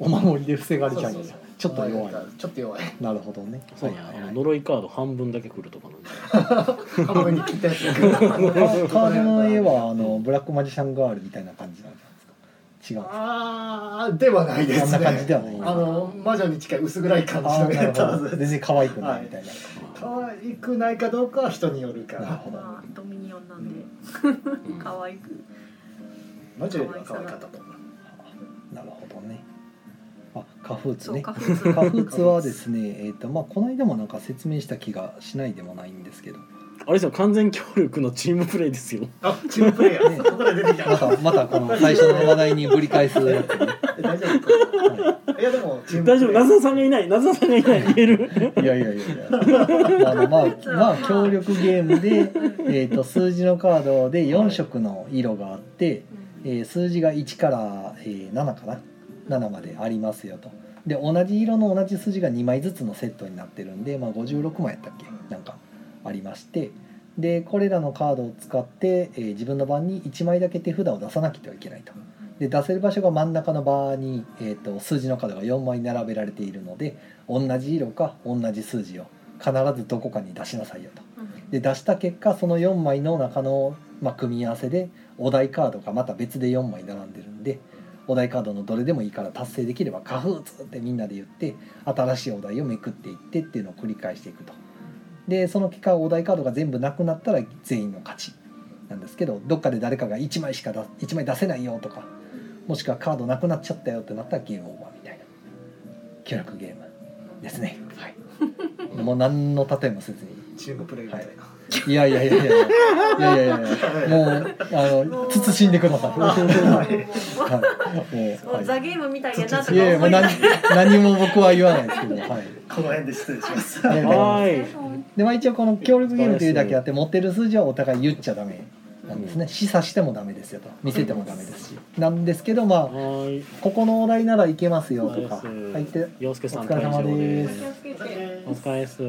お守りで防がれちゃうんやちょっと弱いちょっと弱いなるほどねそうはいやはいあはいの呪いカード半分だけ来るとかなんで半分に切ったやつあカードの絵はあのブラックマジシャンガールみたいな感じなんですか違うんですかああではないでそんなす感じでねはないあの魔女に近い薄暗い感じあのー なやるつはずほどで全す然可愛くないみたいな、可愛くないかどうかは人によるかなるらほどまあドミニオンなんでうん可愛く。魔女よりは可愛かったと思うなるほどねあカフーツそうねか普通。カフーツはですね、 えーとまあ、この間もなんか説明した気がしないでもないんですけど、ね、あれですよ完全協力のチームプレイですよあチームプレイヤーそこから出てきたまたまたこの最初の話題にぶり返すやつね、え大丈夫はかいやでもチームプレ大イ丈ヤ夫ー謎さんがいない謎さんがいない言えるい、いやいやいやいや あのまあまあ協力ゲームで、えー、と数字のカードで4色の色があって、うんえー数字が1から、えー7かな7までありますよとで同じ色の同じ数字が2枚ずつのセットになってるんで、まあ、56枚やったっけなんかありましてでこれらのカードを使って、えー自分の番に1枚だけ手札を出さなきゃいけないと。で出せる場所が真ん中の場に、えー、と数字のカードが4枚並べられているので同じ色か同じ数字を必ずどこかに出しなさいよと。で出した結果その4枚の中の、まあ、組み合わせでお題カードがまた別で4枚並んでるんでお題カードのどれでもいいから達成できれば「カフーツ!」ってみんなで言って新しいお題をめくっていってっていうのを繰り返していくと。でその結果お題カードが全部なくなったら全員の勝ちなんですけどどっかで誰かが1枚しかだ1枚出せないよとかもしくはカードなくなっちゃったよってなったらゲームオーバーみたいな協力ゲームですね。はい、もう何の例えもせずにチームプレイみたいないやいやいやいやいやいやいやいやもうあものう慎んでください。はもい、もうもうう、ザはゲームみたいやなとかい、い思やいやもういなが何何も僕は言わないですけど、はい。この辺で失礼します。ありがとうございますはらいでまあ一応この協力ゲームというだけあって持ってる数字はお互い言っちゃダメなんですね、示唆してもダメですよと見せてもダメですしなんですけどまあはいここのお題ならいけますよとかそう相です手、洋介さんお疲れ様で気をつけてお疲れです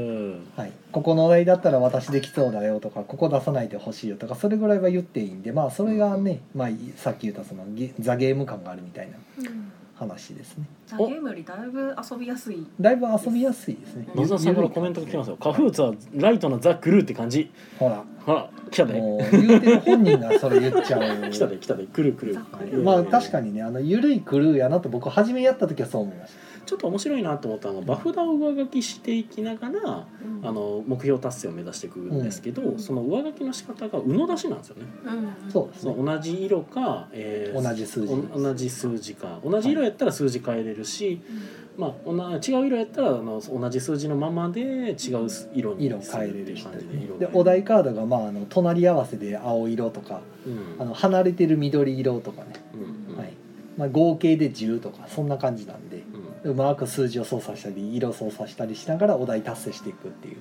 はい、ここのお題だったら私できそうだよとかここ出さないでほしいよとかそれぐらいは言っていいんでまあそれがね、まあ、さっき言ったそのゲザゲーム感があるみたいなうん話ですねザゲームよりだいぶ遊びやすいだいぶ遊びやすいですね水野さんからコメントが来てますよ「カフーツはライトなザ・クルーって感じほら」ほら来たでもう言うてる本人がそれ言っちゃ う来たで来たでくるくるザクルまあ確かにねあの緩いクルーやなと僕初めやった時はそう思いましたちょっと面白いなと思ったのがバフダを上書きしていきながらあの目標達成を目指していくんですけど、うんその上書きの仕方が「うの出し」なんですよね。うんそうですそねの同じ色か、えー同じ数字お同じ数字か同じ色やったら数字変えれるし、まあ、おな違う色やったらあの同じ数字のままで違うす色に色す変えるれってるいしう感じで色で変えるお題カードがまああの隣り合わせで青色とかうんあの離れてる緑色とかね、うんうんはいまあ、合計で10とかそんな感じなんでうんうんうまく数字を操作したり色を操作したりしながらお題達成していくっていう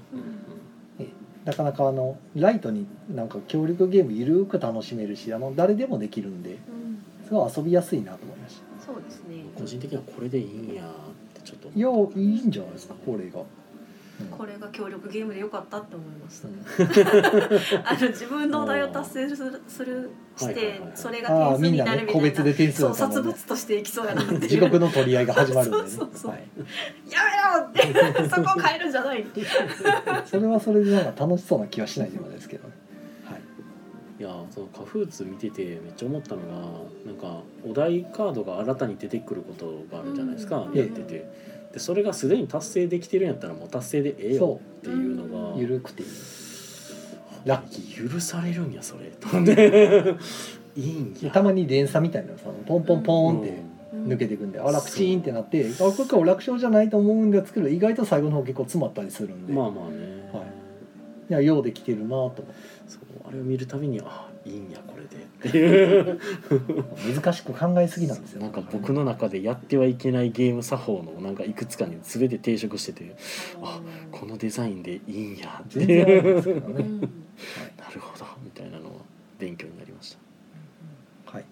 なかなかあのライトになんか協力ゲームゆるく楽しめるしあの誰でもできるんでうんすごい遊びやすいなと思いましたそうですね個人的にはこれでいいんやってちょっといやいいんじゃないですかこれが、これが協力ゲームで良かったって思いましたねあの自分のお題を達成するするしはいはいてはいはいそれがああー点数みんにななねるみ個た別いでな点数そだうったも殺んね伐としていきそうやなっていう地獄の取り合いが始まるんでね そうそうそうはいやめろってそこを変えるんじゃないってそれはそれでなんか楽しそうな気はしないでもないですけどね。はい。いやそのカフーツ見ててめっちゃ思ったのがなんかお題カードが新たに出てくることがあるじゃないですか、うんやっててでそれがすでに達成できてるんやったらもう達成でええよそっていうのがう、ゆるくていい。ラッキ許されるんやそれとねいいんー。やたまに連鎖みたいなのさ、ポンポンポンって抜けてていくんで、あ楽ちんってなって、あこれか楽勝じゃないと思うんですけど、意外と最後の方結構詰まったりするんうで、んまあいまあね、はいやようできてるなと思って。そうあれを見るたびにあいいんやこれでっていう難しく考えすぎなんですよ。なんか僕の中でやってはいけないゲーム作法のなんかいくつかに全て抵触しててあこのデザインでいいんやって全然あれなんですけどうね。んなるほどみたいなのは勉強になりました。はい。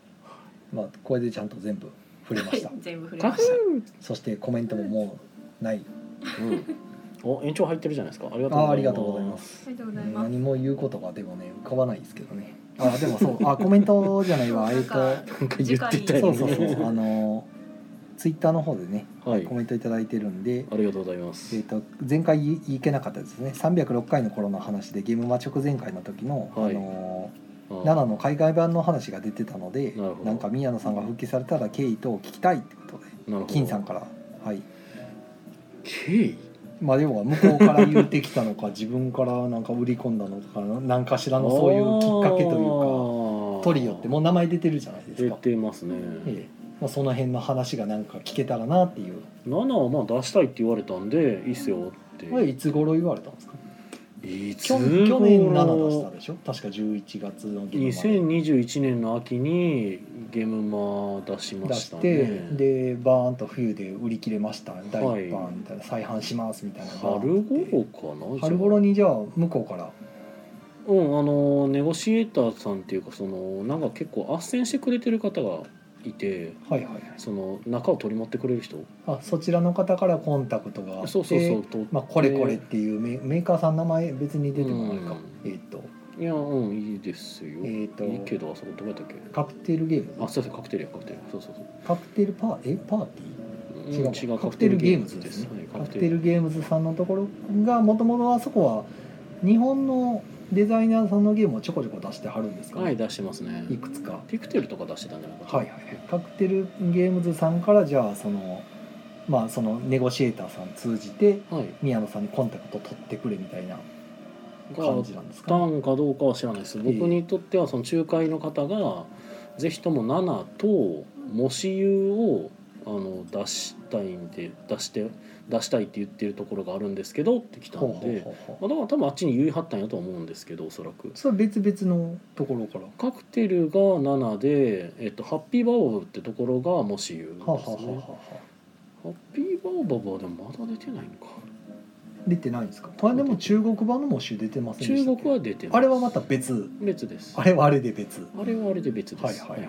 まあこれでちゃんと全部触れました。全部触れカまフしたそしてコメントももうなうい。ん、お延長入ってるじゃないですか。ありがとうございまあす。ありがとうございます。ありがとうございます何も言うことがでもね浮かばないですけどねあでもそうあコメントじゃ ないわえっとなんか言ってたそようそうそう ね。あのツイッターの方でねはいコ。メントいただいてるんでありがとうございまえすっ。と前回いいけなかったですね306回の頃の話でゲームマ直前回の時の、はいあのあー7の海外版の話が出てたのでなるほどなんか宮野さんが復帰されたら経緯等を聞きたいってことでなるほど金さん。からはい経緯。まあ要は向こうから言ってきたのか 自分からなんか売り込んだのかなんかしらのそういうきっかけといいうか。うトリオってもう名前出てるじゃないです出か、てますね。ええまあ、その辺の話がなんか聞けたらなっていうナナはまあ出したいって言われたんでいいっすよって。これいつ頃言われたんですかいつ去年去年7出したでしょ確か11月のゲーム2021年の秋にゲームマ出しま出ししたて、ね。でバーンと冬で売り切れました第はい1版みたいな、再販しますみたいなのが春頃かな。じゃあ春頃にじゃあ向こうからうん、あのネゴシエーターさんっていうかそのなんか結構斡旋してくれてる方がいてはいはいはいその中を取り持ってくれる人あそちらの方からコンタクトがあってそうそうそうとまあ、これこれっていうメメーカーさん名前別に出てもらえるか、うえっ、といやうんいいですよ、えーといいけどあそこどこやったっけカクテルゲームあそうそうカクテルやカクテルそうそうそカクテルパーえパーティうー違ううんカクテルゲームズですねはいカクテルゲームズさんのところがもともとあそこは日本のデザイナーさんのゲームをちょこちょこ出してはるんですかね、はい出してますねいくつか、はいピクテルとか出してたんじゃないかはいはい、カクテルゲームズさんからじゃあそのまあそのネゴシエーターさん通じてなはい宮野さんにコンタクト取ってくれみたいなが感じなんですタか、ーンかどうかは知らないです僕にとってはその仲介の方がぜひともナナと模試ユをあの出したいんで出して出したいって言ってるところがあるんですけどって来たほうんほうでほうまあ、ほうだから多分あっちに言い張ったんやとは思うんですけどおそらく。それは別々のところからカクテルが7で、えっと、ハッピーバオバブってところがもし言うんですね。はあはあはあはあはハッピーバオバブはでもまだ出てないのか。あ出てないんですかこれでも中国版の募集出てませんで中したっ国けは出てますあれはまた別別です。あれはあれで別あれはあれで別ではいす。はいはい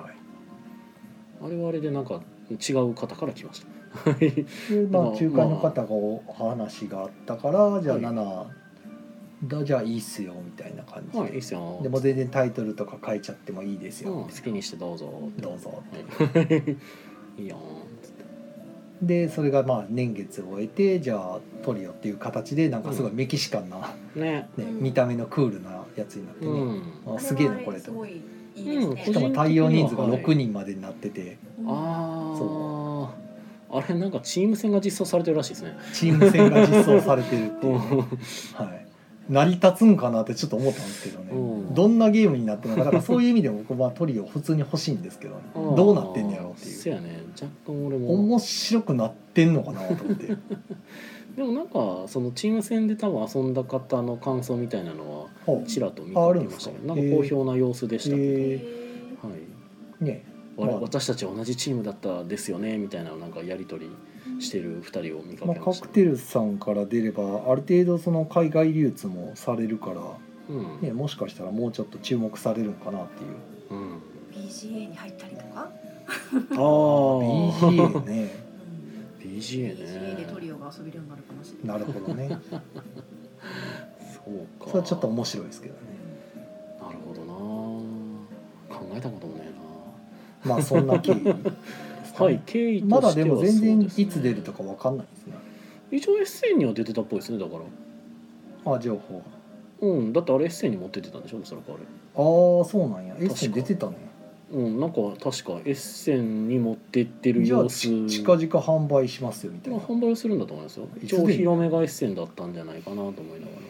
あれはあれでなんか違う方から来ました。 はいでまあまあ仲介の方がお話があったからじゃあはい7だじゃあいいっすよみたいな感じはい、いいでっすよ。でも全然タイトルとか変えちゃってもいいですうんよ好きにしてどうぞ。どうぞはいいい よーん。でそれがまあ年月を終えてじゃあトリオっていう形でなんかすごいメキシカンな、ね。ねうん見た目のクールなやつになってうね、ん。あすげえなこれすとごいいいですねしかうんも対応人数が6人までになってて、あそあ。あれなんかチーム戦が実装されてるらしいですね。チーム戦が実装されてるって いう、うんはい、成り立つんかなってちょっと思ったんですけどね、うんどんなゲームになってるのかだからそういう意味でも僕はトリオ普通に欲しいんですけどね、どうなってんのやろうってせいうやね。若干俺も。面白くなってんのかなと思って でもなんかそのチーム戦で多分遊んだ方の感想みたいなのはほちらっと見ああかるけんでますしたかけど、なんか好評な様子でしたけど。へえはいうね我まあ私たちは同じチームだったですよねみたいななんかやり取りしてる2人を見かまあ、けまカした、クテルさんから出ればある程度その海外流通もされるから、うんね、もしかしたらもうちょっと注目されるんかなっていううん BGA に入ったりとか、ああ BGA ねうん、 BGA ね BGA でトリオが遊べるようになるかもしれないなるほど ねそうかそれはちょっと面白いですけどねなるほどな考えたこともねえまあそん な経緯ですなかねはい経緯としてはまだでも全然そうですねいつ出るとかわかんないですね一応エッセイには出てたっぽいですねだからあ情報うんだってあれエッセイに持ってってたんでしょおそらくあれああそうなんやエッセン確出かてたねうんなんか確かエッセイに持ってってるじゃあ様ち子近々販売しますよみたいまなあ、販売するんだと思いますよいつ一でも応広めがエッセンだったんじゃないかなと思いながら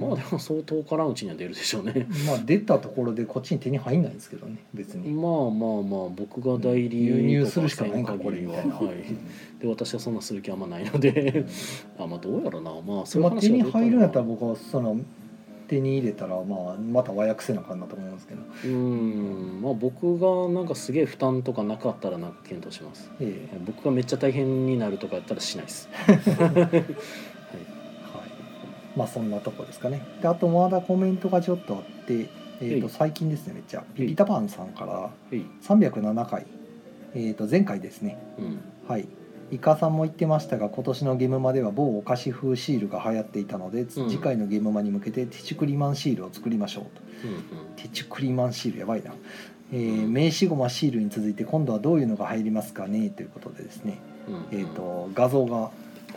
まあでも相当絡むうちには出るでしょうねまあ出たところでこっちに手に入んないんですけどね別にまあまあまあ僕が代理輸入とするしかないんかせんこれ限りみはたいな、はい で私はそんなする気あんまないのであまあどうやらなまあそういう まあ、手話が出にたら入るんやったら僕はその手に入れたらまあまた和訳せなあかんなと思うんですけど、うんまあ僕がなんかすげえ負担とかなかったらなんか検討しますええ僕がめっちゃ大変になるとかやったらしないですはい、まあそんなとこですかねであとまだコメントがちょっとあって、えー、はとい最近ですねめっちゃピピタパンさんからはい307回、えー、と前回ですねうんはいイカさんも言ってましたが今年のゲームマでは某お菓子風シールが流行っていたので、ん次回のゲームマに向けてティチクリマンシールを作りましょうとうんうんティチクリマンシールやばいな、えーうん名刺ゴマシールに続いて今度はどういうのが入りますかねということでですね、うんうんえー、と画像が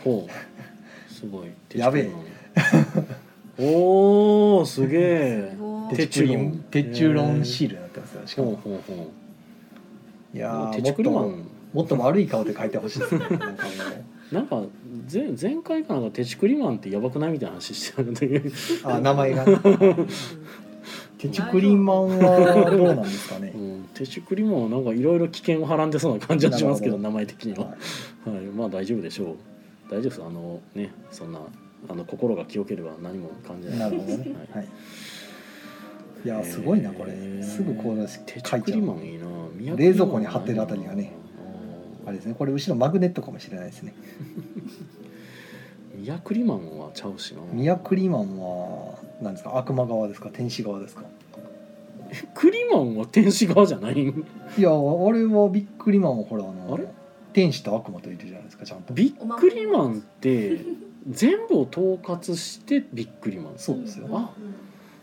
ほう。すごい。やべえ え。おお、すげえ。テテチチュュロロンンテチュロンシールになってますよしかほうもほうほいやう。ーテチクリマもっン。ともっと丸い顔で書いてほしいですねなんかも なんか前前回かなんかテチクリマンってやばくないみたいな話してたので、うあ名前が ねテチクリマンはどうなんです かねうん、テチクリマンはなんかいろいろ危険をはらんでそうな感じはしますけどな名前的には、は、はいまあ大丈夫でしょう大丈夫ですあのねそんなあの心が清ければ何も感じいなないるほどねはいはいいやーすごいなこれすぐこうしテチ書いクちゃリマうンいいな都冷蔵庫に貼ってるあたりがねうんあれですねこれ後ろマグネットかもしれないですねミヤクリマンはちゃうしなミヤクリマンは何ですか悪魔側ですか天使側ですかクリマンは天使側じゃないんいやあれはビックリマンはほらあのあれ天使と悪魔といるじゃないですかちゃんとビックリマンって全部を統括してビックリマンそうですよあ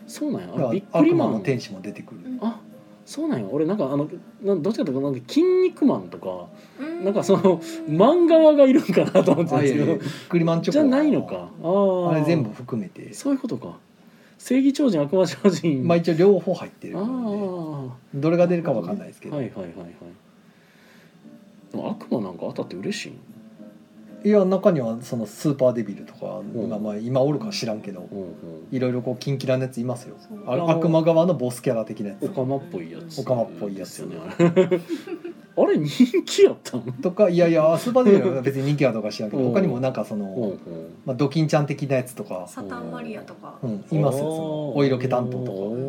そうなんやだからあビックリマ悪魔のン天使も出てくるあそうなんや俺なんかあのなんどっちかというとなんか筋肉マンとかななんかその漫画側がいるんかなと思ってたんあいですけやいやビどックリマンチョじコゃないのかあああれ全部含めてそういうことか正義超人悪魔超人まあ一応両方入ってるあのあでどれが出るかわかんないですけど、はいい、はいはいはいでも悪魔なんか当たって嬉しいや中にはそのスーパーデビルとか、んまあまあ今おるか知らんけどうんうんいろいろこうキンキラのやついますよそうあれ悪魔側のボスキャラ的なやオつカマっぽいやつオカマっぽいやでつすよねあれ ああれ人気やったんとかいやいやスーパーデビル は別に人気はとか知らんけどうん他にもなんかその、まあ、ドキンちゃん的なやつとか、サタンマリアとかう。ん、いますよそのお色気担当とか。とか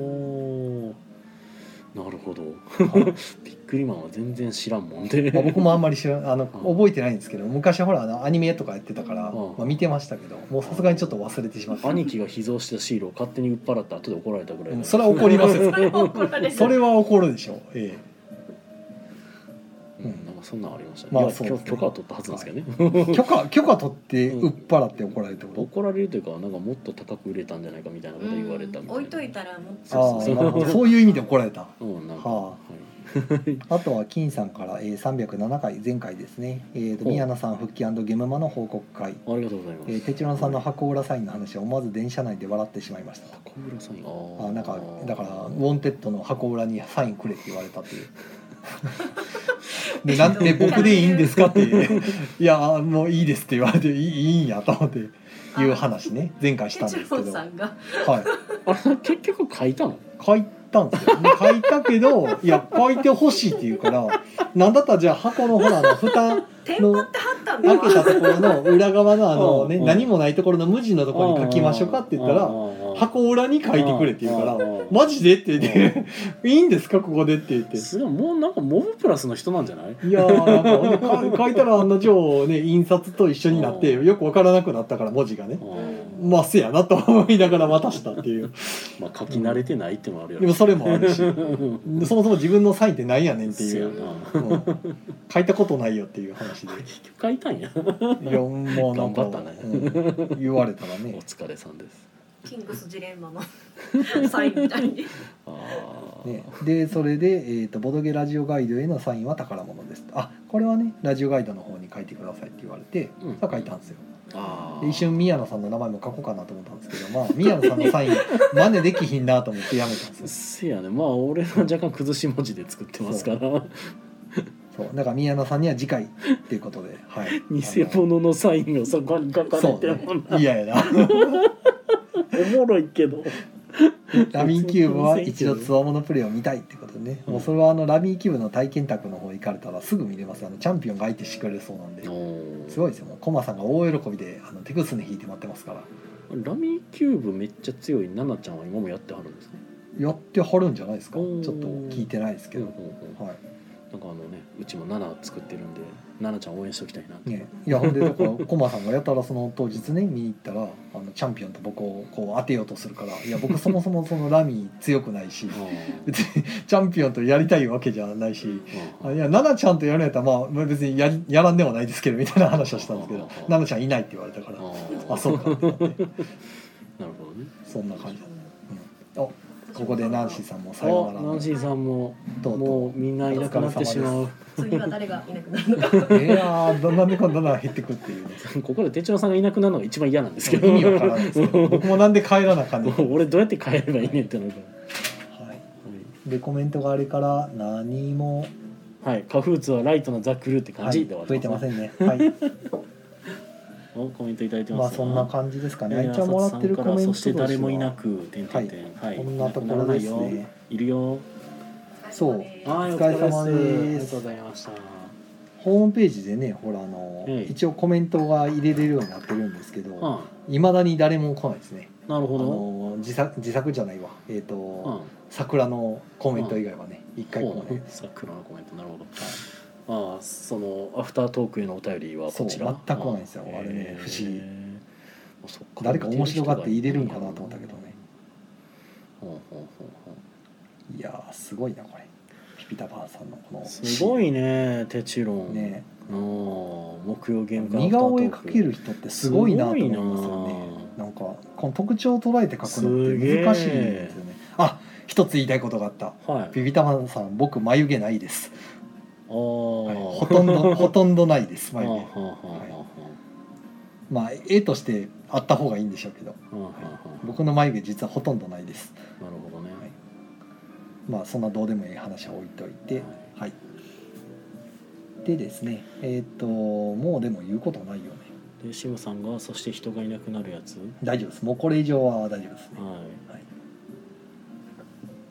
なるほど はいビックリマンは全然知らんもんで、まあ、僕もあんまり知らんあの覚えてないんですけど昔ほらあのアニメとかやってたから、うんまあ、見てましたけどもうさすがにちょっと忘れてしまった 兄貴が秘蔵したシールを勝手に売っ払って後で怒られたぐらいだ、うんそれは怒りますよそれは怒られるそれは怒るでしょう、えうんなんかそんなんありましたね、まあいやそうですね許許可は取ったはずなんですけどね、え、許可許可取ってうん売っ払って怒られるってこと、怒られるというかなんかもっと高く売れたんじゃないかみたいなこと言われたみたいな、置いといたらもうそうそうそうああなるほどそういう意味で怒られたうんなんか、はあとは金さんから、えー、307回前回ですね、えー、とほう宮名さん復帰ゲムマの報告会、はい、ありがとうございます、えー、テチロンさんの箱裏サインの話は思わず電車内で笑ってしまいましたと小村さんあーあなんかだから「ウォンテッド」の箱裏にサインくれって言われたっていう。でなんて僕でいいんですかっていう「いやもういいです」って言われて「いいいいんや」と思っていう話ね前回したんで哲すけ郎ど、さはい、んがあれ 結局書いたの書いたんですよで書いたけどいや書いてほしいって言うからなんだったらじゃあ箱のほらあの蓋テンパってはったんだ開けたわところの裏側のあの、ね、うん何もないところの無地のところに書きましょうかって言ったら箱箱裏に書いてくれって言うかららマジでって言って「いいんですかここで」って言ってすごいもうなんかモブプラスの人なんじゃないいやーなんかか書いたらあんなをね印刷と一緒になってよくわからなくなったから文字がねうんまあせやなと思いながら 渡したっていうまあ書き慣れてないってのもあるよでもねそれもあるしそうんもそも自分のサインってなんやねんってそいうやう、なうん書いたことないよっていう話で結局書いたんやいやもうなんか頑張ったねうん言われたらおね疲れさんですキングスジレンマの サインみたいにあーね、でそれで、えーと「ボドゲラジオガイドへのサインは宝物です」あこれはねラジオガイドの方に書いてくださいって言われて、うんさあ書いたんですよあーで一瞬宮野さんの名前も書こうかなと思ったんですけどまあ宮野さん のサイン真似できひんなと思ってやめたんですよせやねまあ俺は若干崩し文字で作ってますからそうだから宮野さんには次回っていうことで、はい、偽物のサインがそこに書かれてもそうねな嫌やな おもろいけどラビーキューブは一度つわものプレイを見たいってことでね、もうそれはあのラビーキューブの体験卓の方行かれたらすぐ見れますあのチャンピオンが相手してくれるそうなんで。すごいですよもうコマさんが大喜びであの手ぐすね引いて待ってますからラミーキューブめっちゃ強いナナちゃんは今もやってはるんですね。やってはるんじゃないですかちおょっーと聞いてないですけうんど、うんうんはなんかあのねうちもナナ作ってるんでナナちゃん応援しときたいなって。いね、いやほんでだからコマさんがやたらその当日ね見に行ったらあのチャンピオンと僕をこう当てようとするからいや僕そもそもそのラミー強くないしあー別にチャンピオンとやりたいわけじゃないし。ああいや奈々ちゃんとやるんやったら、まあ、まあ別にやりやらんでもないですけどみたいな話をしたんですけあどああ奈々ちゃんいないって言われたからーあそうかってなってなるほどね。そんな感じ、うん、あここでナンシーさんもさようなあらナンシーさんもとうとうもうみんないなくなってしまう。次は誰がいなくなるのかいやーだんだんねこんだんだん減ってくっていうねここで手帳さんがいなくなるのが一番嫌なんです意けど。味わからないですけど僕もなんで帰らなあかんねん、はもう 俺どうやって帰ればいいねんってなるかい、でコメントがあれから何も、ら。はい。カフーツはライトのザクルって感はじい、で増えてません。んねはいおコメントいただい てままあす。そんな感じですかねえー一応もらってるコメントとそししてて誰もいなはく点々点はいこんなところですなくならないよねいるよそうははいおお疲疲れれ様様ですあですりがとうございましたホームページでねほらあの、ええ一応コメントが入れれるようになってるんですけどあいま、未だに誰も来ないですねなるあほどの自作自作じゃないわえっ、と、うん桜のコメント以外はね一回ほこううね桜のコメントなるほどああそのアフタートークへのお便りはこちらそう全く来ないんですよああれね不思議議そっか誰か面白がって入れるんかなと思ったけどねほうほうほうほいやーすごいなこれピピタパンさんのこのうすごいねテチロンねうん木曜ゲーム会似顔絵描ける人ってすごいなと思いますすよごいねなんかこの特徴を捉えて描くのっすげてえ難しいんですよねあ一つ言いたいことがあったなはいピピタパンさん僕眉毛ないです、あはい、ーほとん どほとんどないですはあ眉は毛あはあはあはあまあ絵としてあった方がいいんでしょうけどうんうんうん僕の眉毛実はほとんどないですなるほどね、はいまあそんなどうでもいい話は置いといてはいでですねえっ、ともうでも言うことないよねでシムさんがそして人がいなくなるやつ大丈夫ですもうこれ以上は大丈夫ですねははい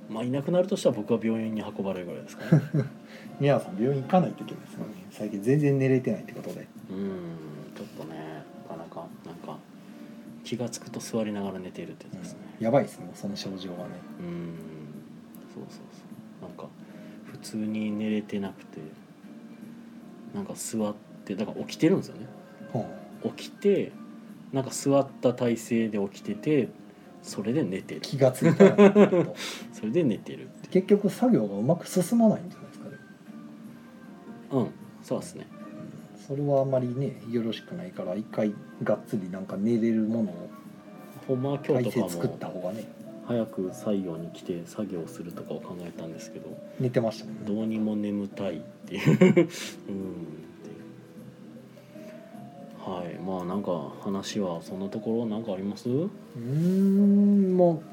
まあいなくなるとしたら僕は病院に運ばれるぐらいですかね宮野さん病院行かないといけないですよね最近全然寝れてないってことでうんちょっとねなかなかなんか気がつくと座りながら寝ているってやつですね、やばいですねその症状はねうーんそうそうそうなんか普通に寝れてなくてなんか座ってだから起きてるんですよねほ起きてなんか座った体勢で起きててそれで寝てるう気がついたら寝てる とそれで寝てるって結局作業がうまく進まないんじゃないですかね、うんそうですねうんそれはあんまりねよろしくないから一回がっつりなんか寝れるものをほんまは今体日とか勢作ったも方がね早く採用に来て作業するとかを考えたんですけど寝てましたもんねどうにも眠たいっていううんっていうはいまあなんか話はそんなところなんかありますうーんもう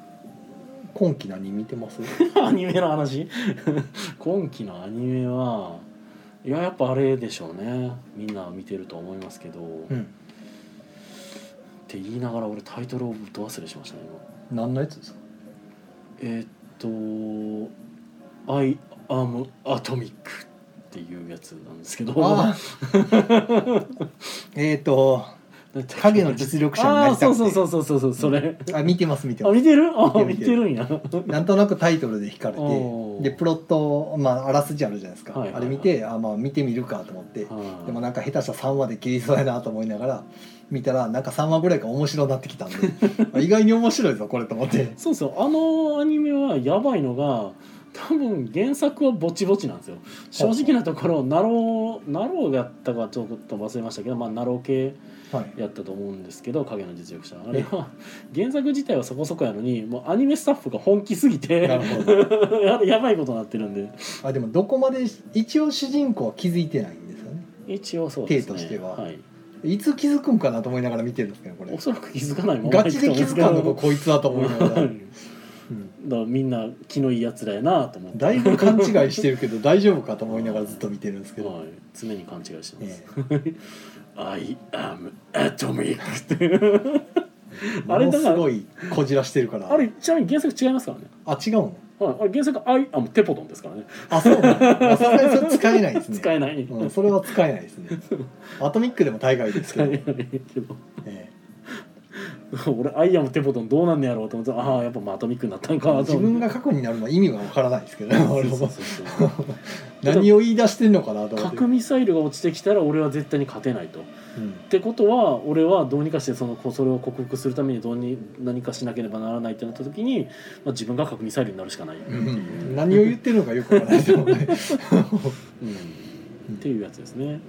今期何見てます アニメの話 今期のアニメはいややっぱあれでしょうねみんな見てると思いますけど、うっんて言いながら俺タイトルをぶっ忘れしましたね今何のやつですかえーっと「アイ・アム・アトミック」っていうやつなんですけどあ えっと影の実力者になりたくてあーそうそうそうそうそうそれ、あ見てます見てあます見てるあ見てる見てるんやなんとなくタイトルで惹かれおーてでプロット、まあ、あらすじあるじゃないですか、はいはいはいあれ見てあ、まあ、見てみるかと思って、でもなんか下手したら3話で切りそうやなと思いながら見たらなんか3話ぐらいから面白になって きたんであ意外に面白いぞこれと思ってそうそうあのアニメはやばいのが多分原作はぼちぼちなんですよ正直なところナローナローやったかちょっと忘れましたけど、まあ、ナロー系はいやったと思うんですけど影の実力者あれは原作自体はそこそこやのにもうアニメスタッフが本気すぎてなやるほど やばいことになってるんであでもどこまで一応主人公は気づいてないんですよね一応そうですね、体としてはいいつ気づくんかなと思いながら見てるんですけどこれおそらく気づかないままガチで気づかんのかこいつはと思い ながら、ううんん だからみんな気のいいやつらやなと思ってだいぶ勘違いしてるけど大丈夫かと思いながらずっと見てるんですけど、はい、常に勘違いしてますえ「I am atomic」ってえあもれのだすからごいこじらしてるから あれちなみに原作違いますからね、あ違うのはい、あれ原作「I am テポドン」ですからねあそうなのまあさすがにそれ使えないですね使えない、うん、それは使えな いですねアトミックでも大概ですけ使ど、えなえいけど え俺「アイアムテポドン」どうなんねやろうと思ってああやっぱまあアトミックになったんかと思って自分が過去になるのは意味がわからないですけどね俺そうもそうそ うそう何を言い出してんのかなと思って核、ミサイルが落ちてきたら俺は絶対に勝てないとうっんてことは俺はどうにかしてそのこそれを克服するためにどうに何かしなければならないってなった時に、まあ、自分が核ミサイルになるしかない、うん何を言ってるのかよくわからないですもん ねうんっていうやつですね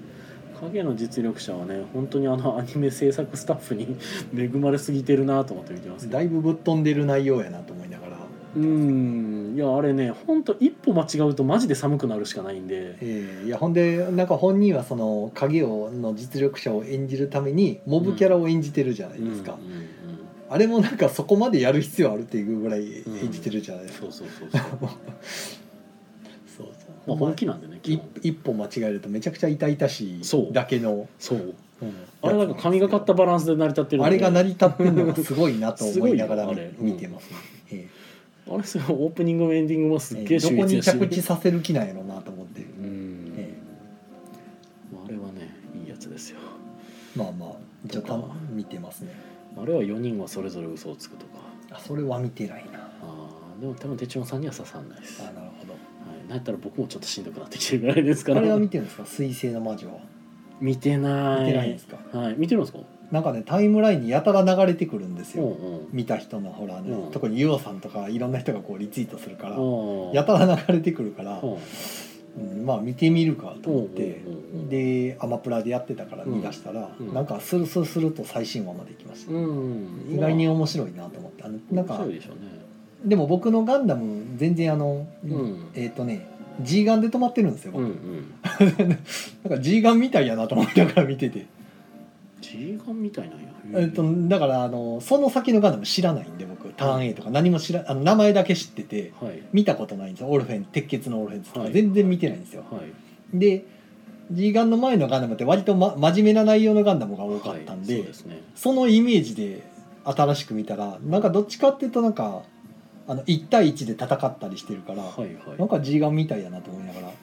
影の実力者はね本当にあのアニメ制作スタッフに 恵まれすぎてるなと思って見てますけどだいぶぶっ飛んでる内容やなと思いながら、うんいやあれね本当一歩間違うとマジで寒くなるしかないんでええいやほんでなんか本人はその影をの実力者を演じるためにモブキャラを演じてるじゃないですか、うんうんうんあれもなんかそこまでやる必要あるっていうぐらい演じてるじゃないですか、そうそうそうそう、 そうそまうあ、本気なんでね基一本一歩間違えるとめちゃくちゃ痛々しそういだけのそううんあれなんか神がかったバランスで成り立ってるんであれが成り立ってるのがすごいなと思いながらすごい見よあれ見てますね、えあれすごいオープニングもエンディングもすっえげえど秀こ逸にやし着地させる気なんやろうなと思って、うん、ええまああれはねいいやつですよまあまあ一応たとか見てますねあれは4人はそれぞれ嘘をつくとかあそれは見てないなあーでも多分手帳さんには刺さんないです、はあなるほどい、なんやったら僕もちょっとしんどくなってきてるぐらいですかあれはら見てるんですか「水星の魔女は見て」ない見てないんですか、はい、見てるんですかなんかねタイムラインにやたら流れてくるんですうよ、んうん見た人のほら、ねうん特にユオさんとかいろんな人がこうリツイートするから、うんやたら流れてくるから、うんうんまあ見てみるかと思って、うんうんうんでアマプラでやってたから見出したら、うんなんかスルスルスルと最新話まで来ました、うん意外に面白いなと思ってあのなん面か白いでしょうねでも僕のガンダム全然あの、んえっ、とね G ガンで止まってるんですよ、う僕んうんなんか G ガンみたいやなと思いながら見てて、 G ガンみたいなんやえっとだからあのその先のガンダム知らないんで僕ターン A とか何も知らあの名前だけ知っててはい見たことないんですよオルフェン鉄血のオルフェンズとはかい全然見てないんですよ、はいで G ガンの前のガンダムって割と、ま、真面目な内容のガンダムが多かったんで,、はいそうでそすねのイメージで新しく見たらなんかどっちかっていうとなんかあの1対1で戦ったりしてるから、はいなはんか G ガンみたいやなと思いながらい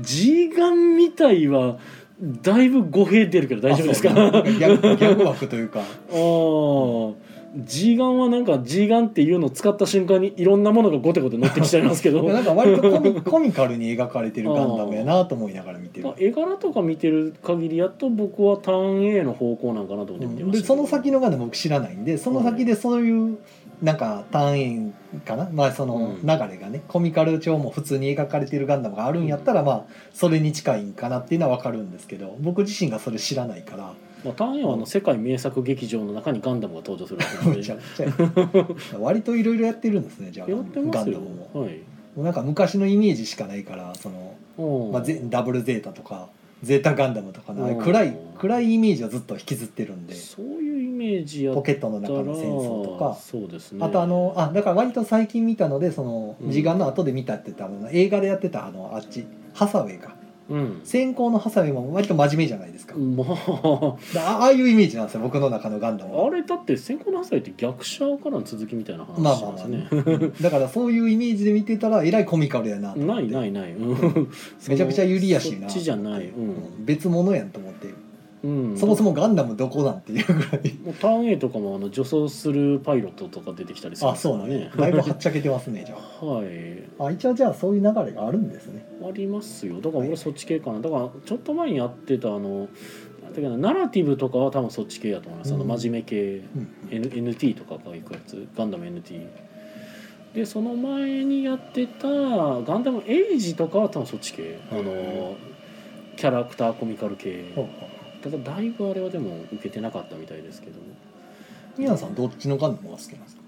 G ガンみたいはだいぶ語弊出るけど大丈夫ですかあそうなんか 逆逆枠というかあー G ガンはなんか G ガンっていうのを使った瞬間にいろんなものがゴテゴテ乗ってきちゃいますけ いやなどんか割とコミコミカルに描かれてるガンダムやなと思いながら見てるまあ。絵柄とか見てる限りやっと僕はターン A の方向なんかなと思って見てまでしたけどその先のガンダム僕知らないんでその先でそういうなんか単円かな、まあ、そのうん流れがね、コミカル調も普通に描かれてるガンダムがあるんやったら、まあそれに近いんかなっていうのは分かるんですけど僕自身がそれ知らないからまあ、ターン A はあの世界名作劇場の中にガンダムが登場するわけなんむでちゃやくちゃや 割といろいろやってるんですねじゃあってまガすンよダムも。はいなんか昔のイメージしかないからその、うんまあ、ゼダブルゼータとかゼータガンダムとかのああいううん暗い暗いイメージをずっと引きずってるんでそういうイメージやっポたケットの中らの戦争とか。そうですねあとあのあだから割と最近見たのでそのうん時間の後で見たって言ったの、映画でやってたあのあっちハサウェイかうん先行のハサウェイも割と真面目じゃないですか,だ、まああああいうイメージなんですよ僕の中のガンダムはあれだって先行の発災って逆者からの続きみたいな話まあしまあまますあねね、うんだからそういうイメージで見てたらえらいコミカルやなと思なっいてないない、うん、 めちゃくちゃユリやしなそっちじゃない、ううんん別物やんと思って、うん、そもそもガンダムどこなんていうぐらいもうターン A とかもあの助走するパイロットとか出てきたりするあそうなんねねだいぶはっちゃけてますねじゃはいああ一応じゃあそういう流れがあるんですねありますよだから俺そっち系かなだからちょっと前にやってたあのなんていうかなナラティブとかは多分そっち系やと思います、あうんの真面目系うん N NT とかが行くやつガンダム NT でその前にやってたガンダムエイジとかは多分そっち系あのキャラクターコミカル系ほうほただだいぶあれはでも受けてなかったみたいですけどう宮野さんどっちのガンダムが好きなんですか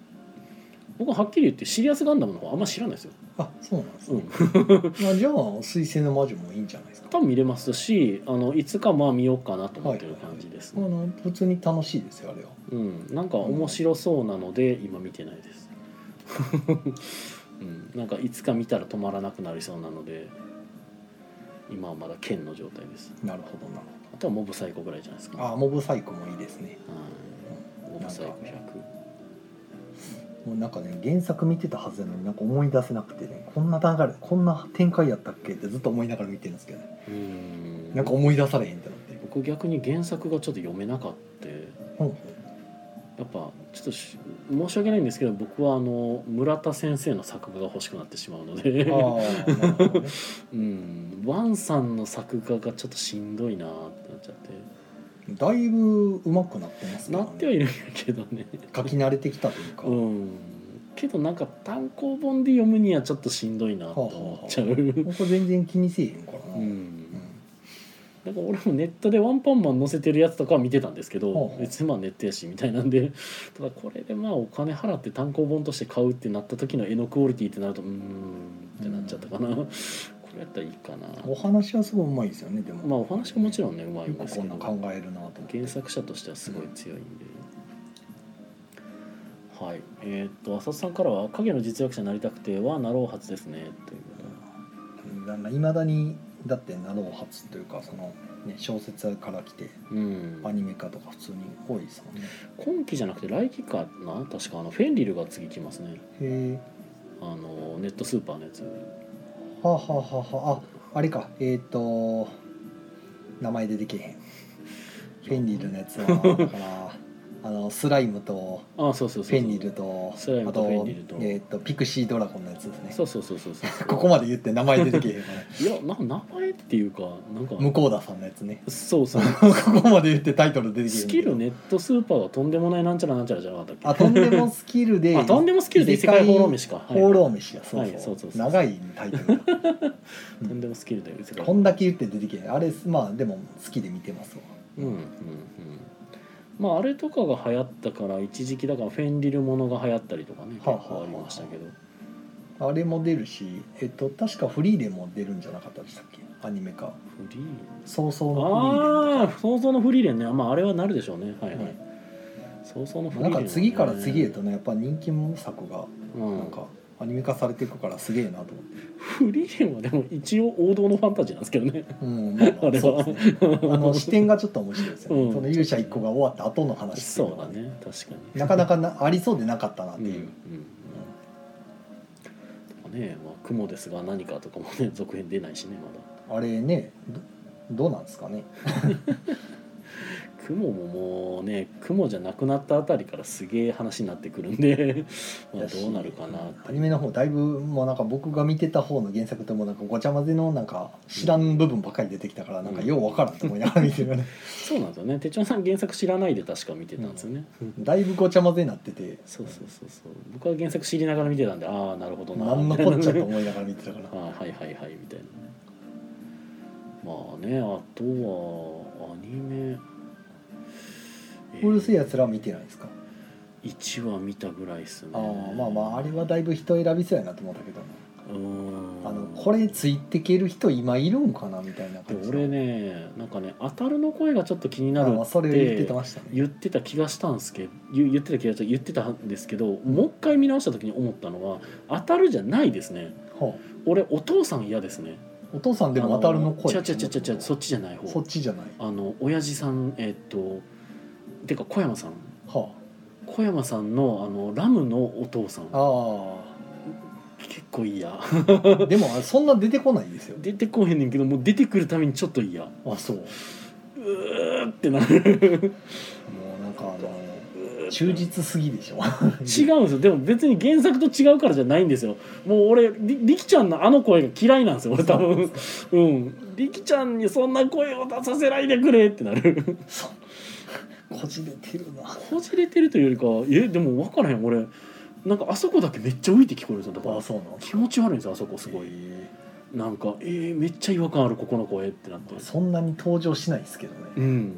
僕ははっきり言ってシリアスガンダムの方あんま知らないですよ、あそうなんですうね、ん、まあ、じゃあ「水星の魔女」もいいんじゃないですか多分見れますしあのいつかまあ見ようかなと思ってる感じです、まあな普通に楽しいですよあれはうん、なんか面白そうなので今見てないです、うん、なんかいつか見たら止まらなくなりそうなので今はまだ剣の状態ですなるほどなあとはモブサイコぐらいじゃないですかあモブサイコもいいですねはいモブサイコ100もうなんかね原作見てたはずなのになんか思い出せなくてねこんな流れこんな展開やったっけってずっと思いながら見てるんですけど、ね、うんなんか思い出されへんってなって僕逆に原作がちょっと読めなかったほうほやっぱちょっとし申し訳ないんですけど僕はあの村田先生の作画が欲しくなってしまうのでうああなるほどねうんワンさんの作画がちょっとしんどいなってなっちゃってだいぶ上手くなってますけなどねってはいるんやけどね書き慣れてきたというか、うんけどなんか単行本で読むにはちょっとしんどいなと思っちゃう、僕全然気にせえへんからな、ううんんなんか俺もネットでワンパンマン載せてるやつとかは見てたんですけほうどほう別にまあネットやしみたいなんで ただこれでまあお金払って単行本として買うってなった時の絵のクオリティってなるとうーんってなっちゃったかな、これやったらいいかなお話はすごいうまいですよねでもまあお話ももちろんねうまいよんくですこけんなど考えるなと思って原作者としてはすごい強いんで、はいえーっと浅田さんからは「影の実力者になりたくてはなろうはずですね」といういまだにだってなろう初というかその、ね、小説から来てうんアニメ化とか普通に多いですもんね今期じゃなくて来期かな確かあのフェンリルが次来ますねへえあのネットスーパーのやつはあ、はあはあはあ、ああれかえっ、と名前出てけえへんフェンリルのやつはだから あのスライムとあそうそうそうフェンリルとスライムとフェンリルとあと,、えー、とピクシードラゴンのやつですねそうそうそうそうそうそうここまで言って名前出てけえへんから い やな名前っていうかなんか向田さんのやつねそう そうここまで言ってタイトル出てけえへんスキルネットスーパーはとんでもないなんちゃらなんちゃらじゃなかったあっけとんでもスキル であとんでもスキルで異世界放浪飯か、はい放浪飯やそうはいそうそそううそう長いタイトルだとんでもスキルで異 世界こんだけ言って出てけへんあれまあでも好きで見てますわうんうんうんまああれとかが流行ったから一時期だからフェンリルものが流行ったりとかね結はあはあ構ありましたけどあれも出るし、えっと、確かフリーレンも出るんじゃなかったでしたっけアニメ化フリー早々あのあ想像のフリーレンねまああれはなるでしょうねはいはい、ね想像のフフリーレンとリーレンはかなんね、か次から次へとねやっぱ人気も作がうんなんかアニメ化されていくからすげえなと思ってフリーレンはでも一応王道のファンタジーなんですけどねうんまあま ああれはそうですねあの視点がちょっと面白いですよね、うんその勇者一個が終わった後の話っていそうのうがだね確かになかなかなありそうでなかったなってうんういう、んね、まあ、雲ですが何かとかもね続編出ないしねまだあれねどどうなんですかね雲ももうね雲じゃなくなったあたりからすげえ話になってくるんで まあどうなるかなっアてニメの方だいぶもうなんか僕が見てた方の原作ともなんかごちゃ混ぜのなんか知らん部分ばっかり出てきたからなんかようわからんと思いながら見 てるよねそうなんですよね手帳さん原作知らないで確か見てたんですよね、だいぶごちゃ混ぜになっててそうそうそうそう僕は原作知りながら見てたんでああなるほどななんのこっちゃと思いながら見てたからあはいはいはいみたいなねまあねあとはアニメうるせえやつらは見てないですか1話見たぐらいですねああまあまああれはだいぶ人選びそうやなと思ったけどうーんあのこれついてける人今いるんかなみたいなで感じ俺ねなんかね当たるの声がちょっと気になるあまあそれっを言っててましたね言ってた気がしたんですけど言言ってた気がした言ってたんですけどもう一回見直した時に思ったのは当たるじゃないですねほ俺お父さん嫌ですねうお父さんでも渡るの声違う違う違う違うそっちじゃない方そっちじゃないあの親父さんえっとてか小山さんは小山さんのあのラムのお父さんああ結構いいや あでもあれそんな出てこないですよ出てこへんねんけどもう出てくるためにちょっといいやあそうもうーってな るうなんかあの忠実すぎでしょ違うんですよでも別に原作と違うからじゃないんですよもう俺りりきちゃんのあの声が嫌いなんですよ俺多分うんりきちゃんにそんな声を出させないでくれってなるそうこじれてるなこじれてるというよりかえでも分からへん俺なんかあそこだけめっちゃ浮いて聞こえるんですよだかあらそうなん気持ち悪いんですよあそこすごいへなんかえー、めっちゃ違和感あるここの声ってなってえそんなに登場しないですけどうねん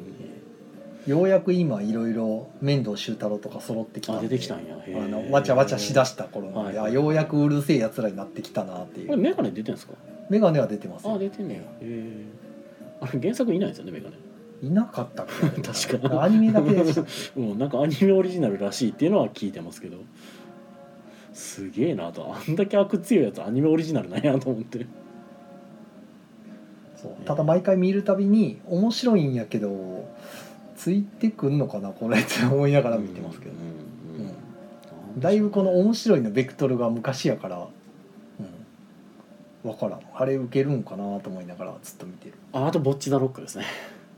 ようやく今いろいろ面倒修太郎とか揃ってきたあんで出てきたんやへあーのわちゃわちゃしだした頃なんで、はいあようやくうるせえやつらになってきたなっていこれうメガネ出てんですか眼鏡は出てますあよ出てんねやへえあれ原作いないですよねメガネいなかったっけ 確かにアニメだけでした っけうん、なんかアニメオリジナルらしいっていうのは聞いてますけどすげえなとあんだけ悪強いやつアニメオリジナルなんやと思ってそうただ毎回見るたびに面白いんやけどついてくんのかなこれって思いながら見てますけど、うんうんうんだいぶこの面白いのベクトルが昔やから、うん、分からんあれ受けるんかなと思いながらずっと見てるああと「ぼっちだロック」ですね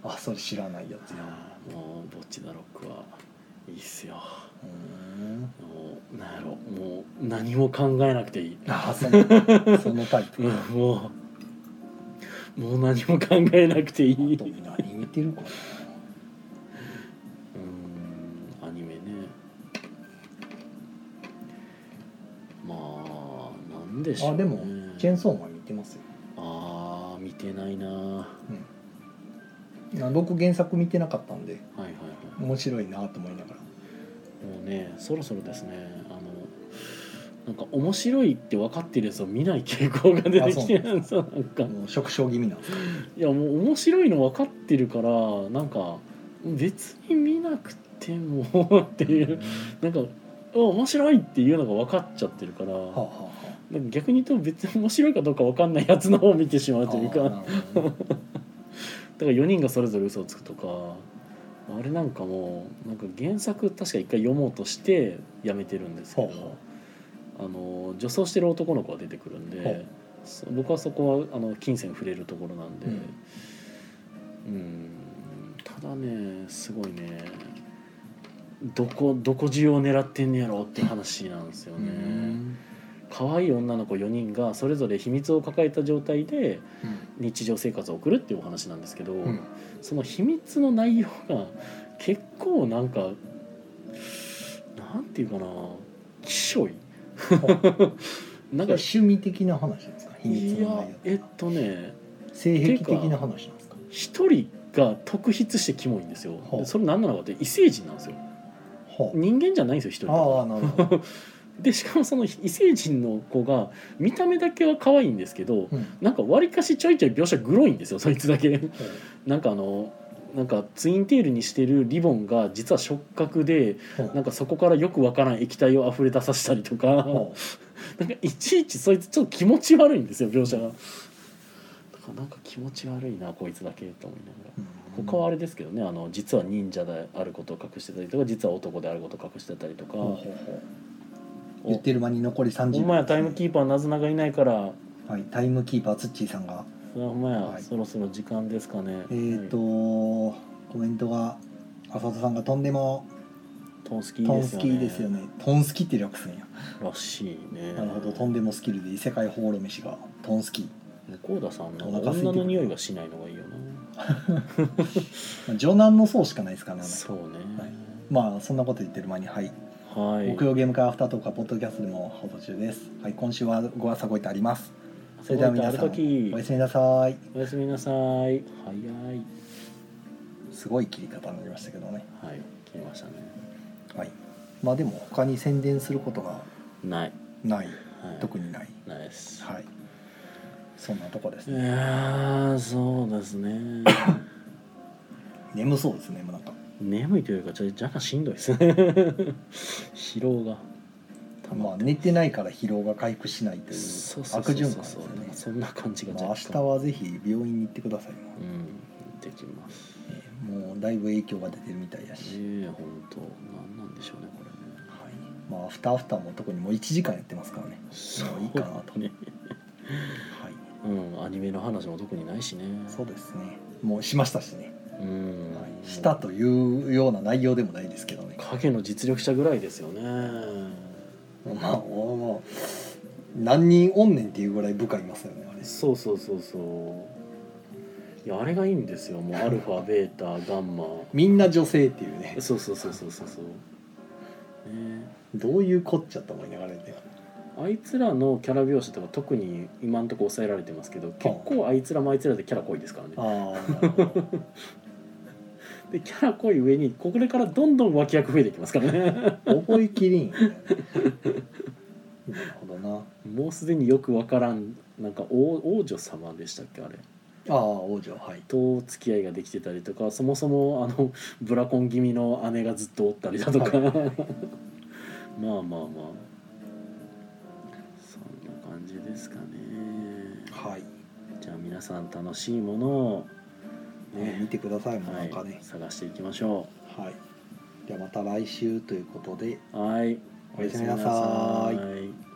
あそれ知らないやついややーもう「ぼっちだロック」はいいっすようーんもうなんやろもう何も考えなくていいあそ のそのタイプうんもうもう何も考えなくていいあと何見てるかなうーんアニメねまあなんでし ょう、ね、あでもチェーンソーマン見てますよあー見てないなはな僕原作見てなかったんでいはいはい面白いなと思いながらもうねそろそろですねあのなんか面白いって分かってるやつを見ない傾向が出てきてるんですよなんかもう食傷気味なんですかいやもう面白いの分かってるからなんか別に見なくてもっていうなんかあ面白いっていうのが分かっちゃってるからはあ、はあはあなんか逆に言うと別に面白いかどうか分かんないやつの方を見てしまうというかだかあーなるほど ねら4人がそれぞれ嘘をつくとかあれなんかもうなんか原作確か一回読もうとしてやめてるんですけほうほどあの女装してる男の子が出てくるんほでうそ僕はそこはあの金銭触れるところなんでうんうんただねすごいねどこどこ中を狙ってんねやろっていう話なんですようね。ん可愛い女の子4人がそれぞれ秘密を抱えた状態で日常生活を送るっていうお話なんですけど、 うんその秘密の内容が結構なんかなんていうかなきしょいなんそれかは趣味的な話ですか秘密いのや内容えっとね性癖的な話なんですか一人が特筆してキモいんですよほうでそれ何なのかって異星人なんですよは人間じゃないんですよ一人ああはあなるほど、でしかもその異星人の子が見た目だけは可愛いんですけどうんなんかわりかしちょいちょい描写グロいんですよそいつだけ なんかあのなんかツインテールにしてるリボンが実は触覚でほうなんかそこからよくわからん液体を溢れ出させたりとかほ なんかいちいちそいつちょっと気持ち悪いんですよ描写がだからなんか気持ち悪いなこいつだけと思いながらううん他はあれですけどねあの実は忍者であることを隠してたりとか実は男であることを隠してたりとかほうほうほう言ってる間に残り30ほ秒んまやタイムキーパーなずながいないからはい、タイムキーパーツッチーさんがほんまや、はいそろそろ時間ですかねえっ、とコメントが浅田さんが「とんでもトンスキートでンすスよキねーですよね」トンスキーって略すんや、らしいねなるほどとんでもスキルで異世界放浪飯がトンスキー、向田さんのお腹空いてくる女の匂いがしないのがいいよまあ、女男の層しかないですからねなあの人そうねまあそんなこと言ってる間にはい、はい木曜ゲーム会アフタートークはポッドキャストでも放送中ですはい今週はご朝ごいてありますそれでは皆さある時んおやすみなさいおやすみなさい早いすごい切り方になりましたけどねはい切りましたねはいまあでも他に宣伝することがない、ないはい、特にないないです、はいそんなとこですいねやーそうです ね眠そうですねもうなんか眠いというかちょっと若干しんどいですね 疲労が溜ままあって寝てないから疲労が回復しないという悪そうそうそう循環そうですよなんねかそんな感じがまあ明若日干はぜひ病院に行ってくださいもうん行ってきますう,、もうだいぶ影響が出てるみたいやし、ねえ本当なんなんでしょうねこれねはい、まあアフターアフターも特にもう1時間やってますからねもういいかなと、ねはい、うんアニメの話も特にないしねそうですねもうしましたしね、うん、はい、したというような内容でもないですけどね影の実力者ぐらいですよねまあもう何人おんねんっていうぐらい部下いますよねあれそうそうそうそういやあれがいいんですよもうアルファベータガンマみんな女性っていうねそうそうそうそうそうそうねどういうこっちゃと思いながらねあいつらのキャラ描写とか特に今んとこ抑えられてますけど結構あいつらもあいつらでキャラ濃いですからねああなるほどでキャラ濃い上にこれからどんどん脇役増えていきますから ね覚えきりんよねなるほどなもうすでによくわからんなんか王王女様でしたっけあれああ王女はいと付き合いができてたりとかそもそもあの ブラコン気味の姉がずっとおったりだとか、 はいまあまあまあそんな感じですかねはい、じゃあ皆さん楽しいものを見ね、てくださいもうはなんいかね、探していきましょはいじゃあまた来週ということでうはいおやすみなさいおやすみなさい